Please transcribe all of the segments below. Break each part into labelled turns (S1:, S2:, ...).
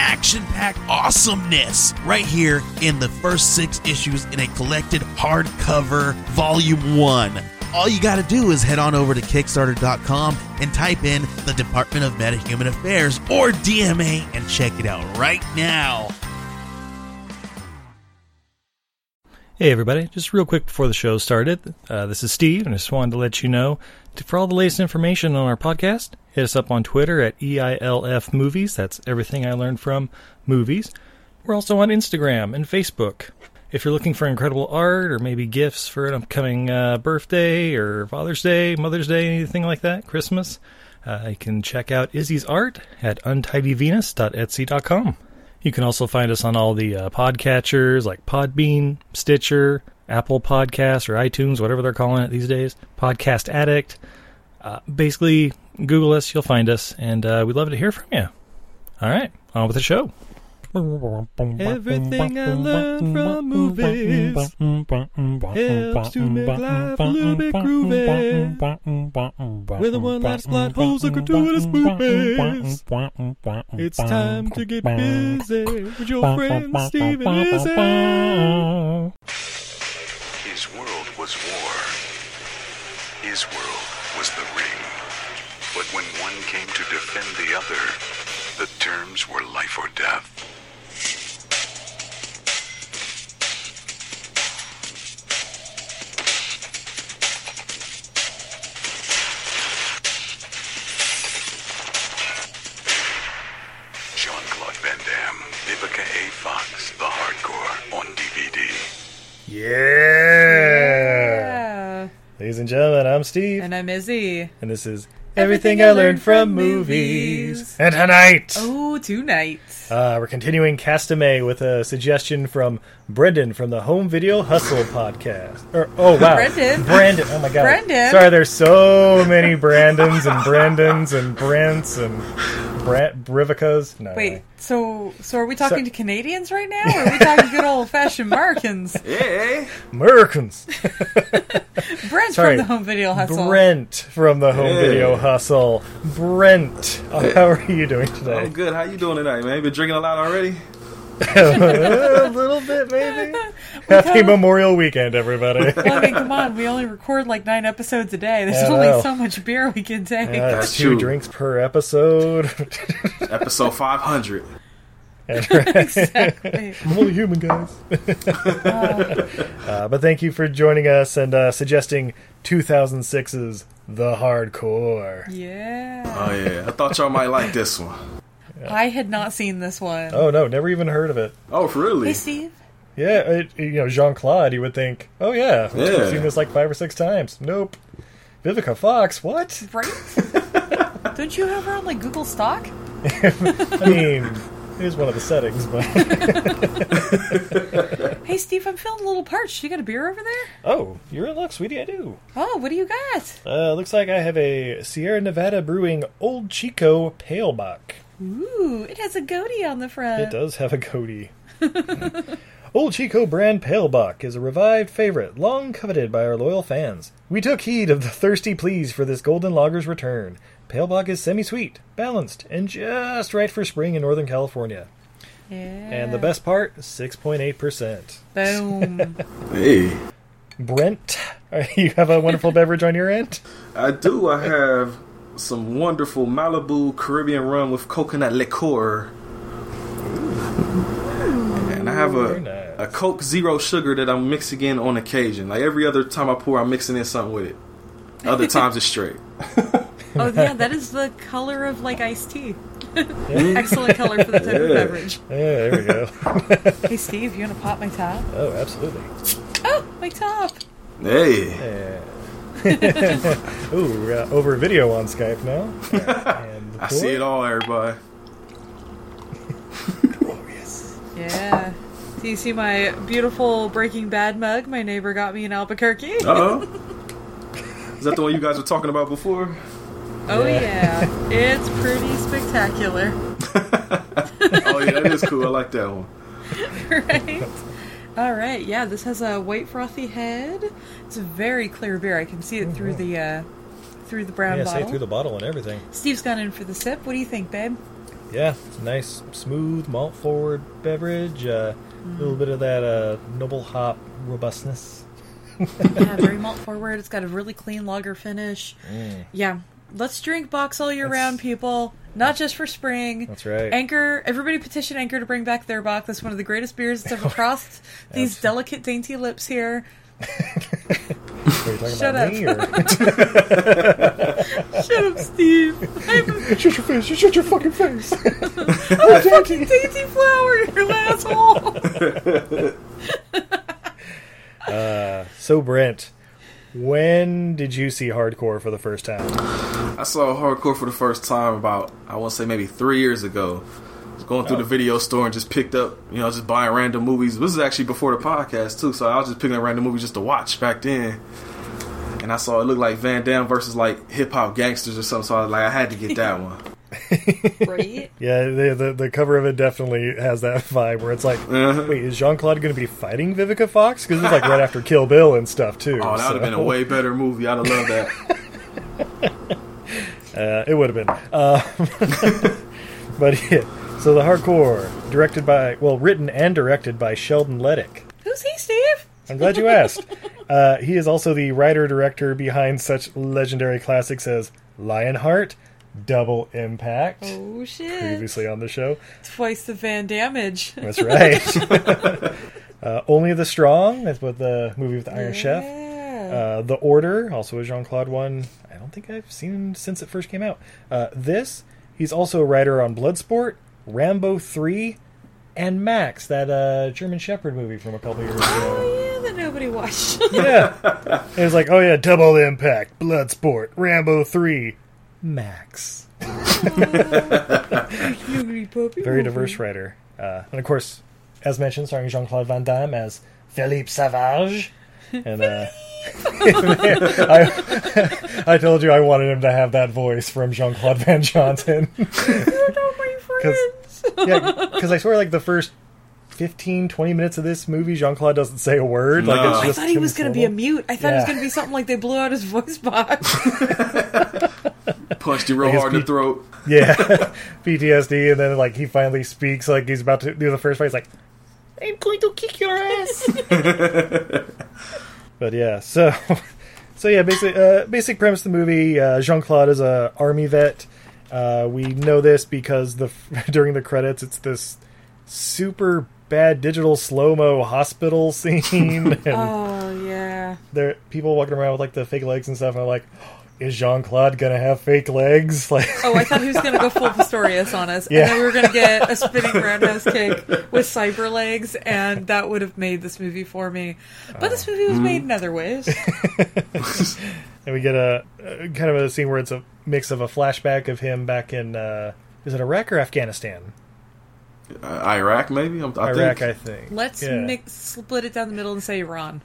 S1: action packed awesomeness right here in the first six issues in a collected hardcover volume one. All you got to do is head on over to Kickstarter.com and type in the Department of Meta Human Affairs or DMA and check it out right now.
S2: Hey, everybody. Just real quick before the show started, uh, this is Steve, and I just wanted to let you know to, for all the latest information on our podcast, hit us up on Twitter at E EILF Movies. That's everything I learned from movies. We're also on Instagram and Facebook. If you're looking for incredible art or maybe gifts for an upcoming uh, birthday or Father's Day, Mother's Day, anything like that, Christmas, uh, you can check out Izzy's art at untidyvenus.etsy.com. You can also find us on all the uh, podcatchers like Podbean, Stitcher, Apple Podcasts, or iTunes, whatever they're calling it these days, Podcast Addict. Uh, basically, Google us, you'll find us, and uh, we'd love to hear from you. All right, on with the show.
S3: Everything I learned from movies helps to make life a little bit groovy. With a one-liner, plot holes, and gratuitous movies, it's time to get busy with your friend Steven Izzy.
S4: His world was war. His world was the ring. But when one came to defend the other, the terms were life or death. Jean Claude Van Damme, Vivica A. Fox, The Hardcore on DVD.
S2: Yeah!
S5: Yeah.
S2: Ladies and gentlemen, I'm Steve,
S5: And I'm Izzy.
S2: and this is
S5: Everything I Learned From Movies.
S2: And tonight,
S5: Oh, two nights.
S2: Uh, we're continuing Castame with a suggestion from Brendan from the Home Video Hustle podcast. Or, oh wow,
S5: Brendan.
S2: Brandon. Oh my god,
S5: Brendan.
S2: Sorry, there's so many Brandons and Brandons and Brents and Bra- Brivicas. No,
S5: Wait, so so are we talking to Canadians right now, or are we talking good old fashioned Americans?
S2: Americans.
S5: Brent from
S2: Sorry.
S5: the Home Video Hustle.
S2: Brent from the Home Video Hustle. Brent, oh, how are you doing
S6: I'm
S2: today?
S6: good. How you doing tonight, man? You been drinking a lot already?
S2: a little bit, maybe. Happy
S5: kinda-
S2: Memorial Weekend, everybody.
S5: Well, I mean, come on, we only record like nine episodes a day. There's
S2: Yeah, I know.
S5: only so much beer we can take.
S2: Uh,
S6: That's
S2: two
S6: true.
S2: drinks per episode.
S6: Episode 500.
S5: exactly.
S2: I'm only human, guys. uh, but thank you for joining us and uh, suggesting 2006's The Hardcore.
S5: Yeah.
S6: Oh yeah. I thought y'all might like this one.
S5: I had not seen this one.
S2: Oh no, never even heard of it.
S6: Oh
S5: Hey,
S6: really?
S5: Steve.
S2: Yeah, it, you know Jean Claude. You would think, oh yeah, I've
S6: Yeah.
S2: seen this like five or six times. Nope. Vivica Fox, what?
S5: Right? Don't you have her on like Google Stock?
S2: I mean, it is one of the settings, but
S5: Hey, Steve, I'm feeling a little parched. You got a beer over there?
S2: oh, you're in luck, sweetie. I do.
S5: Oh, what do you got?
S2: Uh, looks like I have a Sierra Nevada Brewing Old Chico Pale Bock.
S5: Ooh, it has a goatee on the front.
S2: It does have a goatee. Old Chico brand Pale Buck is a revived favorite, long coveted by our loyal fans. We took heed of the thirsty pleas for this golden lager's return. Pale Buck is semi-sweet, balanced, and just right for spring in Northern California.
S5: Yeah.
S2: And the best part, 6.8%.
S5: Boom.
S6: Hey.
S2: Brent, you have a wonderful beverage on your end?
S6: I do. I have some wonderful Malibu Caribbean rum with coconut liqueur. And I have
S2: Very
S6: a
S2: nice.
S6: a Coke Zero Sugar that I'm mixing in on occasion. Like every other time I pour, I'm mixing in something with it. Other times it's straight.
S5: oh, yeah, that is the color of like iced tea. Excellent color for the type of
S6: Yeah.
S5: beverage.
S2: Yeah, there we go.
S5: Hey, Steve, you want to pop my top?
S2: oh, absolutely.
S5: Oh, my top.
S6: Hey.
S2: Ooh, we're uh, over video on Skype now. And
S6: I see it all, everybody.
S5: Yeah. Do you see my beautiful Breaking Bad mug my neighbor got me in Albuquerque?
S6: Uh oh. Is that the one you guys were talking about before?
S5: Oh yeah, it's pretty spectacular,
S6: Oh yeah, that is cool. I like that one.
S5: right? All right, yeah. This has a white frothy head. It's a very clear beer. I can see it through the uh, through the brown
S2: Yeah, say
S5: bottle.
S2: through the bottle and everything.
S5: Steve's gone in for the sip. What do you think, babe?
S2: Yeah, it's a nice, smooth, malt forward beverage. A uh, little bit of that uh, noble hop robustness.
S5: yeah, very malt forward. It's got a really clean lager finish. Yeah, let's drink box all year
S2: Mm. That's-
S5: round, people. Not just for spring.
S2: That's right.
S5: Anchor, everybody petition Anchor to bring back their box. That's one of the greatest beers that's ever crossed these delicate, dainty lips here.
S2: Are you talking
S5: Shut
S2: about
S5: up.
S2: me? Or...
S5: Shut up, Steve. I'm
S2: shut your face! Shut your fucking face!
S5: a fucking dainty flower, you asshole.
S2: so Brent, when did you see hardcore for the first time?
S6: I saw hardcore for the first time about I want to say maybe three years ago. I was going through the video store and just picked up, you know, just buying random movies. This is actually before the podcast too, so I was just picking up random movies just to watch back then. And I saw it looked like Van Damme versus like hip hop gangsters or something. So I was like, I had to get that one.
S5: Right?
S2: Yeah, the, the the cover of it definitely has that vibe where it's like,
S6: Uh-huh.
S2: wait, is Jean Claude going to be fighting Vivica Fox? Because it's like right after Kill Bill and stuff too.
S6: Oh, that would have been a way better movie. I'd have loved that.
S2: Uh, it would have been. Uh, but yeah, so the hardcore directed by, well, written and directed by Sheldon Leddick.
S5: Who's he, Steve?
S2: I'm glad you asked. Uh, he is also the writer director behind such legendary classics as Lionheart, Double Impact,
S5: Oh, shit.
S2: previously on the show.
S5: Twice the Van Damage.
S2: That's right. uh, Only the Strong. That's what the movie with the Iron Chef.
S5: Yeah.
S2: Uh, the Order, also a Jean Claude one. I don't think I've seen him since it first came out. Uh, this, he's also a writer on Bloodsport, Rambo 3, and Max, that uh, German Shepherd movie from a couple years ago.
S5: Oh, yeah, that nobody watched.
S2: yeah. It was like, oh yeah, Double Impact, Bloodsport, Rambo 3, Max. Very
S5: Mm-hmm.
S2: diverse writer. Uh, and of course, as mentioned, starring Jean Claude Van Damme as Philippe Savage. And uh, I, I told you I wanted him to have that voice from Jean Claude Van Johnson.
S5: friends.
S2: yeah, because I swear, like, the first 15, 20 minutes of this movie, Jean Claude doesn't say a word. Like,
S6: No.
S2: it's
S6: I
S5: I
S2: just
S5: thought he
S2: him
S5: was going to be a
S2: solo.
S5: mute. I thought it was
S2: Yeah.
S5: going to be something like they blew out his voice box.
S6: Punched you real
S2: His
S6: hard in the
S2: pe-
S6: throat.
S2: Yeah, PTSD, and then like he finally speaks like he's about to do the first fight. He's like, "I'm going to kick your ass." but yeah, so so yeah, basic uh, basic premise of the movie. Uh, Jean Claude is a army vet. Uh, we know this because the during the credits, it's this super bad digital slow mo hospital scene, and
S5: oh yeah.
S2: there people walking around with like the fake legs and stuff. And I'm like, is Jean Claude gonna have fake legs? Like.
S5: Oh, I thought he was going to go full Pistorius on us,
S2: Yeah.
S5: and then we were going to get a spinning roundhouse kick with cyber legs, and that would have made this movie for me. But this movie was
S2: Uh,
S5: made in other ways.
S2: and we get a, a kind of a scene where it's a mix of a flashback of him back in uh, is it Iraq or Afghanistan?
S6: Uh, Iraq, maybe. I'm, I
S2: Iraq, I
S6: think.
S2: think.
S5: Let's
S2: Yeah.
S5: mix, split it down the middle and say Iran.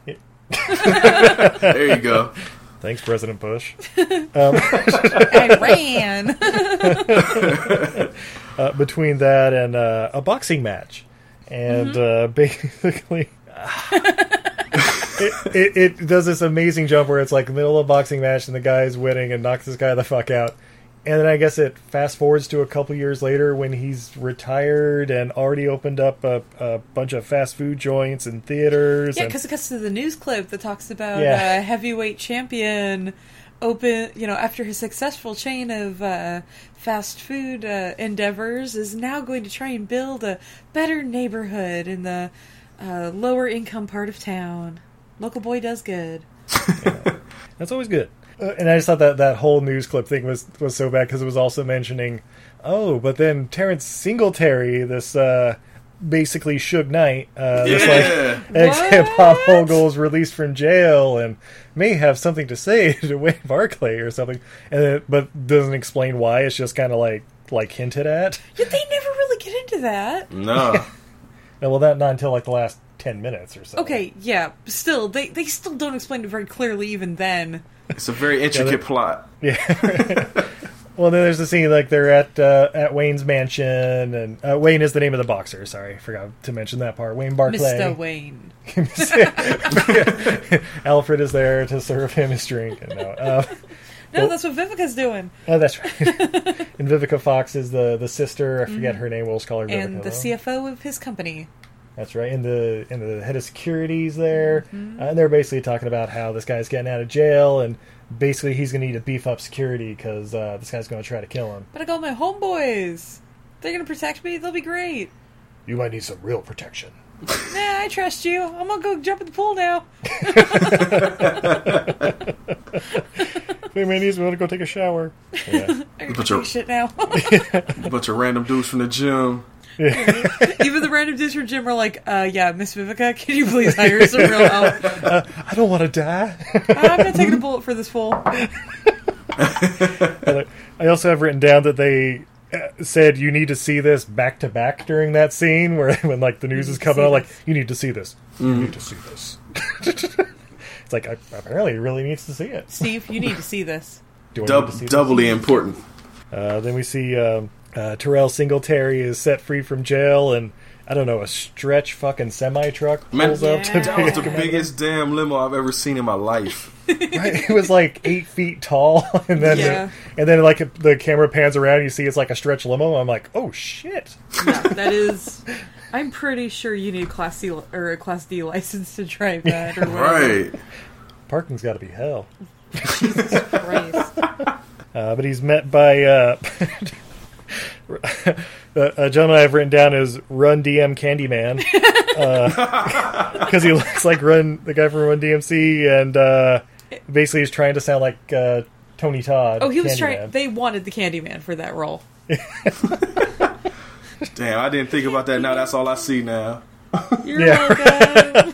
S6: There you go.
S2: Thanks, President Bush.
S5: Iran.
S2: Uh, between that and uh, a boxing match, and uh, basically. it, it, it does this amazing jump where it's like middle of a boxing match and the guy's winning and knocks this guy the fuck out. And then I guess it fast forwards to a couple years later when he's retired and already opened up a, a bunch of fast food joints and theaters.
S5: yeah,
S2: and-
S5: because it cuts to the news clip that talks about
S2: Yeah.
S5: uh, heavyweight champion open. You know, after his successful chain of uh, fast food uh, endeavors, is now going to try and build a better neighborhood in the uh, lower income part of town. Local boy does good.
S2: That's always good. Uh, and I just thought that that whole news clip thing was was so bad because it was also mentioning, oh, but then Terrence Singletary, this uh, basically Suge Knight, uh, this like
S6: Yeah.
S2: ex hip hop
S5: What?
S2: mogul is released from jail and may have something to say to Wayne Barclay or something, and then, but doesn't explain why. It's just kind of like like hinted at.
S5: Yet they never really get into that.
S6: No.
S2: And, well, that not until like the last ten minutes or so.
S5: Okay, yeah. Still, they they still don't explain it very clearly even then.
S6: It's a very intricate plot.
S2: Well, then there's the scene like they're at uh, at Wayne's mansion, and uh, Wayne is the name of the boxer. Sorry, forgot to mention that part. Wayne Barclay.
S5: Mr. Wayne.
S2: Alfred is there to serve him his drink. And, no, uh,
S5: No, that's what Vivica's doing.
S2: oh, that's right. and Vivica Fox is the the sister. I forget her name. We'll just call her Vivica.
S5: And the
S2: though.
S5: CFO of his company.
S2: That's right. And the and the head of security's there, Uh, and they're basically talking about how this guy's getting out of jail, and basically he's going to need to beef up security because uh, this guy's going to try to kill him.
S5: But I got my homeboys. They're gonna protect me. They'll be great.
S2: You might need some real protection.
S5: Nah, I trust you. I'm gonna go jump in the pool now.
S2: Hey, man, he's going to go take a shower.
S5: I can
S6: But
S5: take
S6: you're-
S5: shit now.
S6: A bunch of random dudes from the gym.
S5: Even the random dudes from gym are like, uh, yeah, Miss Vivica, can you please hire some real help?
S2: I don't want to die.
S5: I'm not taking a bullet for this fool.
S2: I also have written down that they uh, said you need to see this back to back during that scene where when like the news is
S5: to
S2: coming
S5: see
S2: out like you need to see this
S6: Mm-hmm.
S2: you need to see this it's like I, apparently he really needs to see it
S5: Steve, you need to see this.
S2: Do I need to see
S6: Dub-
S2: this?
S6: doubly important.
S2: Uh, then we see um, uh, Terrell Singletary is set free from jail and I don't know a stretch fucking semi truck
S6: Man,
S2: pulls up to
S6: That was the
S2: pick him up.
S6: biggest damn limo I've ever seen in my life.
S2: Right? it was like eight feet tall and then
S5: Yeah.
S2: and then like the camera pans around and you see it's like a stretch limo I'm like oh shit
S5: Yeah, that is. I'm pretty sure you need a class C li- or a class D license to drive that. Or whatever.
S6: Right.
S2: parking's got to be hell.
S5: Christ.
S2: Uh, but he's met by uh, a gentleman I've written down as Run DM Candyman because he looks like Run, the guy from Run DMC, and uh, basically he's trying to sound like uh, Tony Todd.
S5: Oh, he was
S2: Candyman.
S5: trying. They wanted the Candyman for that role.
S6: Damn, I didn't think about that. Now that's all I see now.
S5: You're
S2: Yeah.
S5: welcome.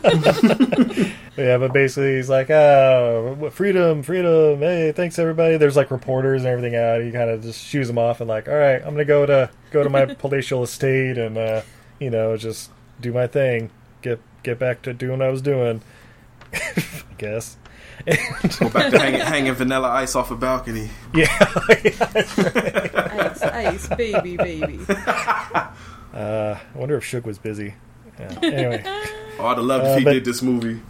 S2: yeah, but basically he's like, "Oh, what- freedom, freedom! Hey, thanks everybody." There's like reporters and everything out. He kind of just shoos them off and like, "All right, I'm gonna go to go to my palatial estate and uh, you know just do my thing, get get back to doing what I was doing." I guess.
S6: Go back to hanging, hanging vanilla ice off a balcony.
S5: ice, ice, baby, baby.
S2: I wonder if Shook was busy. Yeah. Anyway,
S6: Oh, I'd have loved if
S2: Uh,
S6: he
S2: but-
S6: did this movie.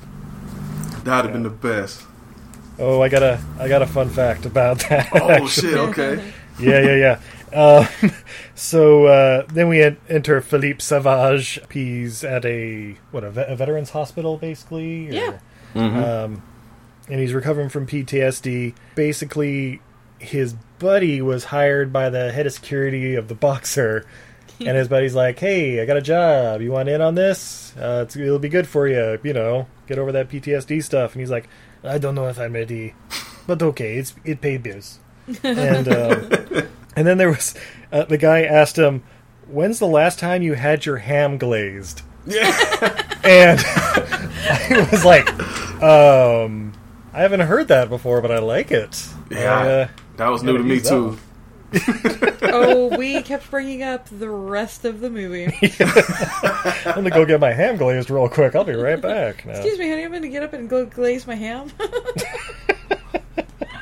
S6: That'd have been the best.
S2: oh, I got a I got a fun fact about that.
S6: Oh shit! Okay.
S2: yeah, yeah, yeah. Um, so uh, then we en- enter Philippe Savage. He's at a what a, ve- a veterans hospital, basically. or-
S5: Yeah.
S2: and he's recovering from PTSD. Basically, his buddy was hired by the head of security of the boxer, and his buddy's like, "Hey, I got a job. You want in on this? Uh, it's, it'll be good for you. You know, get over that PTSD stuff." And he's like, "I don't know if I'm ready, but okay, it's it paid bills." and um, and then there was uh, the guy asked him, "When's the last time you had your ham glazed?" Yeah, and I was like. Um, I haven't heard that before, but I like it. I,
S6: Yeah,
S2: uh,
S6: that was new to me
S2: use that
S6: too.
S2: one.
S5: Oh, we kept bringing up the rest of the movie.
S2: I'm gonna go get my ham glazed real quick. I'll be right back. No.
S5: Excuse me, honey. I'm going to get up and go glaze my ham.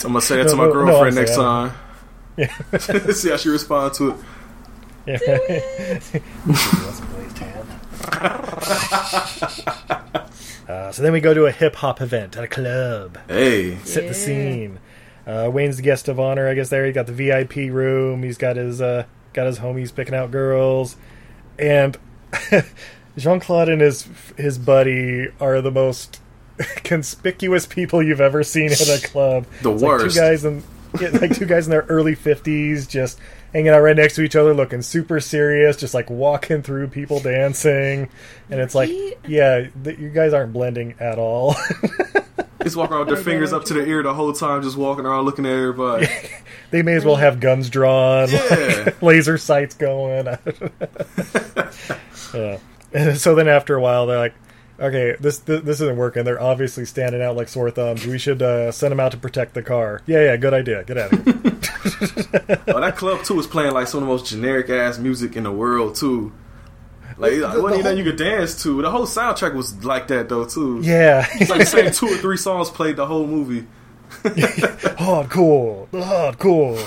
S6: I'm gonna say that to
S2: No,
S6: my
S2: no, no,
S6: girlfriend
S2: I'm
S6: next
S2: saying-
S6: time. See how she responds to it.
S2: Uh, so then we go to a hip hop event at a club.
S6: Hey,
S2: Set the scene. Uh, Wayne's the guest of honor, I guess. There, he got the VIP room. He's got his uh, got his homies picking out girls, and Jean Claude and his his buddy are the most conspicuous people you've ever seen at a club.
S6: The
S2: It's Like
S6: worst.
S2: two guys in yeah, like two guys in their early fifties, just hanging out right next to each other, looking super serious, just like walking through people dancing, and it's like,
S5: Yeet.
S2: yeah, th- you guys aren't blending at all.
S6: he's walking around with their fingers up to their ear the whole time, just walking around looking at everybody.
S2: they may as well have guns drawn.
S6: Yeah,
S2: laser sights going. yeah. And so then after a while, they're like, okay, this, this this isn't working. They're obviously standing out like sore thumbs. We should uh, send them out to protect the car. Yeah, yeah, good idea. Get out of here.
S6: oh, that club too is playing like some of the most generic ass music in the world too. Like, it wasn't even nothing you could dance to. The whole soundtrack was like that though too.
S2: Yeah.
S6: It's like the same two or three songs played the whole movie.
S2: hardcore. Hardcore.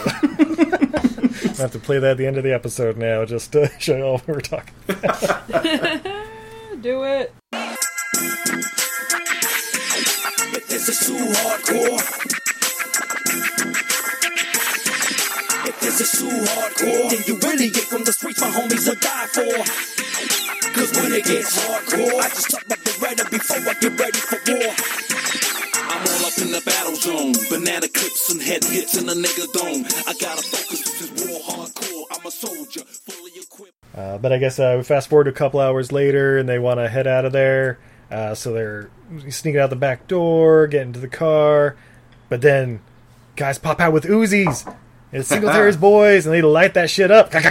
S2: I have to play that at the end of the episode now just to show you all what we're talking
S5: Do it.
S4: I'm all up in the battle zone. Banana clips and head hits in the nigga dome. I gotta focus, this is war hardcore. I'm a soldier, fully equipped.
S2: Uh, but I guess uh, we fast forward a couple hours later, and they want to head out of there. Uh, so they're sneaking out the back door, get into the car, but then guys pop out with Uzis. And it's Singletary's boys, and they light that shit up. and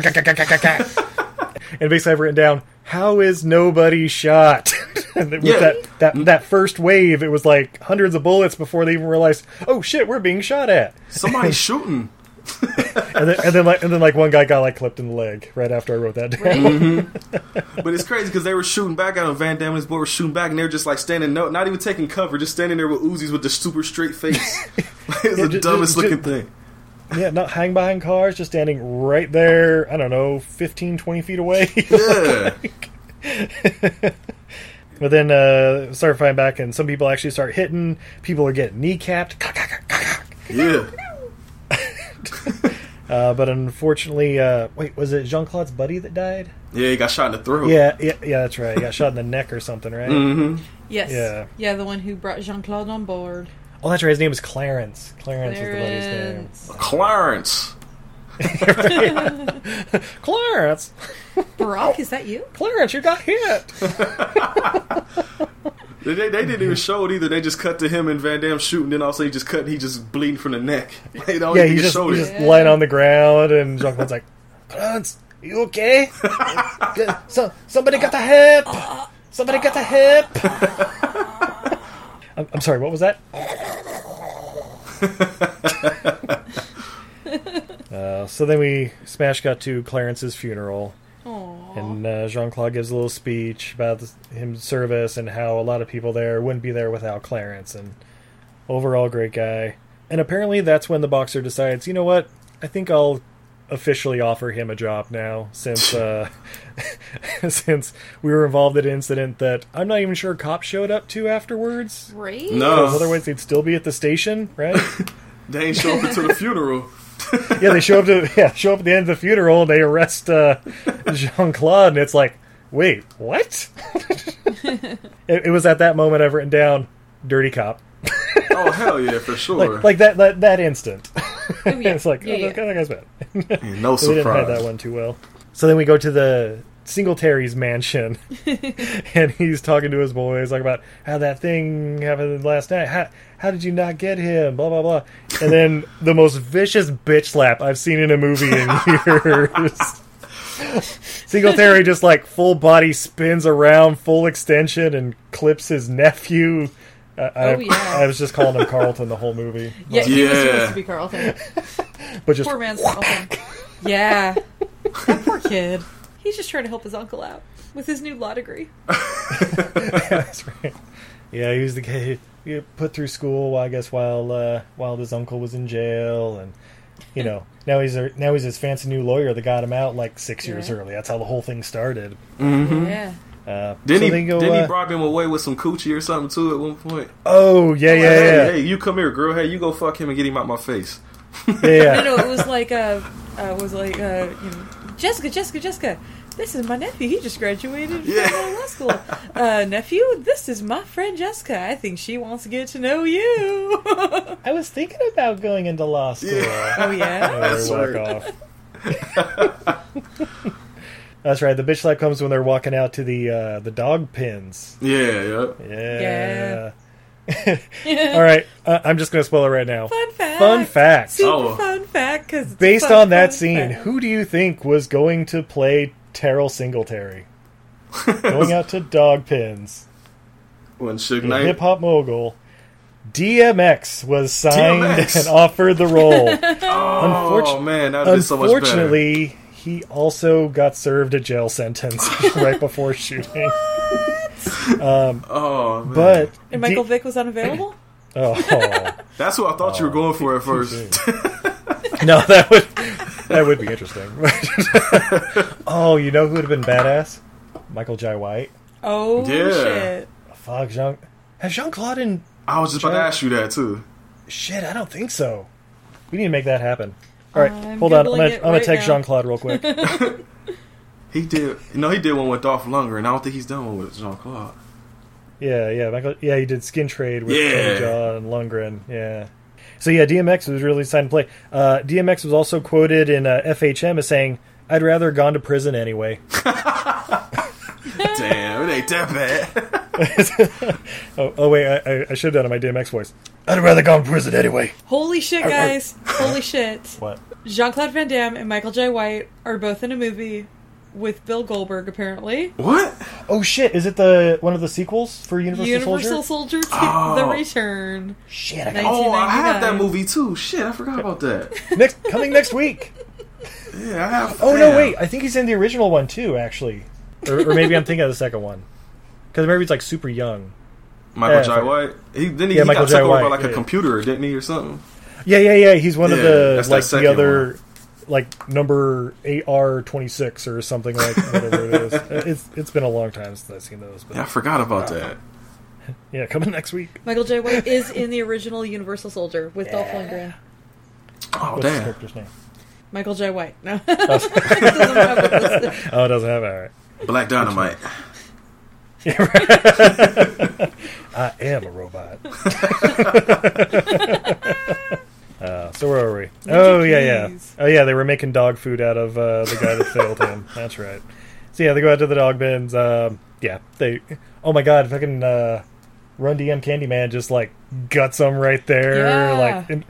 S2: basically, I've written down, "How is nobody shot?" and with
S6: Yeah.
S2: that, that that first wave, it was like hundreds of bullets before they even realized, "Oh shit, we're being shot at."
S6: Somebody's shooting.
S2: And then, and then like, and then like one guy got like clipped in the leg right after I wrote that down.
S6: But it's crazy because they were shooting back at him. Van Damme and his boy were shooting back, and they were just like standing, no, not even taking cover, just standing there with Uzis with the super straight face. it's
S2: Yeah,
S6: the
S2: ju-
S6: dumbest
S2: ju- ju-
S6: looking thing.
S2: Yeah, not hang behind cars, just standing right there, I don't know, 15, 20 feet away.
S6: Yeah.
S2: but then uh, start fighting back, and some people actually start hitting. People are getting kneecapped.
S6: Yeah.
S2: Uh, but unfortunately, uh, wait, was it Jean Claude's buddy that died?
S6: Yeah, he got shot in the throat.
S2: Yeah, yeah, yeah, that's right. He got shot in the neck or something, right?
S5: Yes.
S2: Yeah.
S5: the one who brought Jean Claude on board.
S2: Oh, that's right. His name is Clarence. Clarence, is the buddy's name.
S5: Clarence.
S6: Clarence.
S2: Clarence,
S5: Barack, is that you?
S2: Clarence, you got hit.
S6: They, they, they didn't even show it either. They just cut to him and Van Damme shooting. Then also he just cut. He just bleeding from the neck. Like, they don't
S2: yeah,
S6: even
S2: he's just,
S6: show
S2: he's
S6: it.
S2: just lying on the ground, and Jean Claude's like, Clarence, you okay? so, somebody got a hip! Somebody got a hip! I'm, I'm sorry, what was that? uh, so then we smash got to Clarence's funeral,
S5: Aww.
S2: and uh, Jean Claude gives a little speech about his him service and how a lot of people there wouldn't be there without Clarence. And overall, great guy. And apparently, that's when the boxer decides, you know what? I think I'll officially offer him a job now, since uh, since we were involved in an incident that I'm not even sure cops showed up to afterwards.
S5: Great.
S6: No,
S2: Otherwise, they'd still be at the station, right?
S6: they ain't show up until the funeral.
S2: yeah, they show up to yeah, show up at the end of the funeral and they arrest uh, Jean Claude, and it's like, wait, what? it, it was at that moment I've written down, "dirty cop,"
S6: Oh hell yeah, for sure.
S2: like like that that, that instant.
S5: Oh, yeah.
S2: it's like,
S5: Yeah,
S2: oh,
S5: yeah.
S2: that guy- that guy's bad.
S6: Yeah, no
S2: So they didn't hide
S6: surprise.
S2: that one too well. So then we go to the Singletary's mansion, and he's talking to his boys, like about how that thing happened last night. How how did you not get him? Blah blah blah. And then the most vicious bitch slap I've seen in a movie in years. Singletary just like full body spins around, full extension, and clips his nephew. Uh, I,
S5: Oh, yeah.
S2: I was just calling him Carlton the whole movie,
S5: Yeah, he was
S6: Yeah.
S5: supposed to be Carlton.
S2: but just
S5: Poor man's Carlton. Yeah. That poor kid. He's just trying to help his uncle out with his new law degree.
S2: That's right. Yeah, he was the kid who got put through school. Well, I guess while uh, while his uncle was in jail, and you know now he's a, now he's this fancy new lawyer that got him out like six years
S5: Yeah.
S2: early. That's how the whole thing started.
S5: Yeah.
S2: Uh,
S6: Didn't
S2: so
S6: he?
S2: they go,
S6: didn't
S2: uh,
S6: he bribe him away with some coochie or something too at one point?
S2: oh yeah, yeah,
S6: hey,
S2: yeah,
S6: hey, you come here, girl. Hey, you go fuck him and get him out my face.
S2: yeah. yeah.
S5: No, no, it was like uh, uh was like uh, you know, Jessica, Jessica, Jessica. This is my nephew. He just graduated
S6: Yeah.
S5: from law school. Uh, nephew, this is my friend Jessica. I think she wants to get to know you.
S2: I was thinking about going into law school.
S5: oh yeah.
S2: That's
S6: That's
S2: walk
S6: right.
S2: off. That's right. The bitch slap comes when they're walking out to the uh, the dog pins.
S6: Yeah, yeah.
S2: Yeah. All right. Uh, I'm just going to spoil it right now.
S5: Fun fact.
S2: Fun fact.
S5: Super
S6: Oh.
S5: fun fact. Because
S2: Based on that scene, who do you think was going to play Terrell Singletary? going out to dog pins.
S6: When Suge
S2: Hip
S6: Knight.
S2: hop mogul. DMX was signed
S6: DMX.
S2: and offered the role.
S6: Oh man, that would so much better.
S2: Unfortunately, he also got served a jail sentence right before shooting. Um,
S6: Oh, man.
S2: But
S5: And Michael
S2: D-
S5: Vick was unavailable?
S2: oh
S6: that's what I thought you were going for at first.
S2: no, that would that would be interesting. oh, you know who would have been badass? Michael Jai White.
S5: Oh,
S6: Yeah.
S5: shit.
S2: Fuck Jean. Has Jean Claude in
S6: I was just about to ask you that too.
S2: Shit, I don't think so. We need to make that happen. All right,
S5: I'm
S2: hold on. I'm
S5: Googling
S2: gonna,
S5: it
S2: I'm gonna
S5: right
S2: text
S5: now.
S2: Jean Claude real quick.
S6: He did. No, he did one with Dolph Lundgren. and I don't think he's done one with Jean Claude.
S2: yeah, yeah, Michael. Yeah, he did Skin Trade with
S6: Yeah.
S2: Tony Jaw and Lundgren. Yeah. So yeah, DMX was really signed to play. Uh, DMX was also quoted in uh, FHM as saying, "I'd rather gone to prison anyway."
S6: Damn, it ain't that bad.
S2: Oh, oh wait, I, I, I should have done it in my DMX voice. I'd rather gone to prison anyway.
S5: Holy shit, guys. Holy shit.
S2: What?
S5: Jean Claude Van Damme and Michael J. White are both in a movie with Bill Goldberg, apparently.
S6: what?
S2: Oh shit! Is it the one of the sequels for Universal,
S5: Universal
S2: Soldier?
S5: Soldier, Two: The Return.
S2: Shit! I got
S6: Oh, I have that
S5: 1999.
S6: movie too. Shit, I forgot about that.
S2: next coming next week.
S6: Yeah, I have.
S2: Oh
S6: damn.
S2: no, wait! I think he's in the original one too, actually, or, or maybe I'm thinking of the second one because maybe it's like super young.
S6: Michael
S2: Yeah,
S6: Jai
S2: sorry.
S6: White. He then he,
S2: Yeah,
S6: he
S2: Michael
S6: got took
S2: Jai
S6: over by
S2: White,
S6: like a
S2: yeah.
S6: computer, didn't he, or something?
S2: Yeah, yeah, yeah. He's one of
S6: Yeah,
S2: the
S6: that's that
S2: like
S6: second
S2: the other like number AR twenty six or something like whatever it is. It's it's been a long time since I've seen those,
S6: Yeah, I
S2: but
S6: forgot about
S2: Uh,
S6: that.
S2: yeah, coming next week.
S5: Michael J. White is in the original Universal Soldier with Dolph Lundgren.
S6: Oh
S2: What's the
S6: damn.
S2: character's name?
S5: Michael J. White. No. It doesn't have a listed-
S2: Oh, it doesn't have it. All right.
S6: Black Dynamite.
S2: I am a robot. uh, so where are we? oh yeah, yeah.
S5: please?
S2: Oh yeah, they were making dog food out of uh, the guy that failed him. That's right. So yeah, they go out to the dog bins. Um, yeah, they. Oh my god, fucking uh, Run DM Candyman just like guts him right there.
S5: Yeah.
S2: Like, and,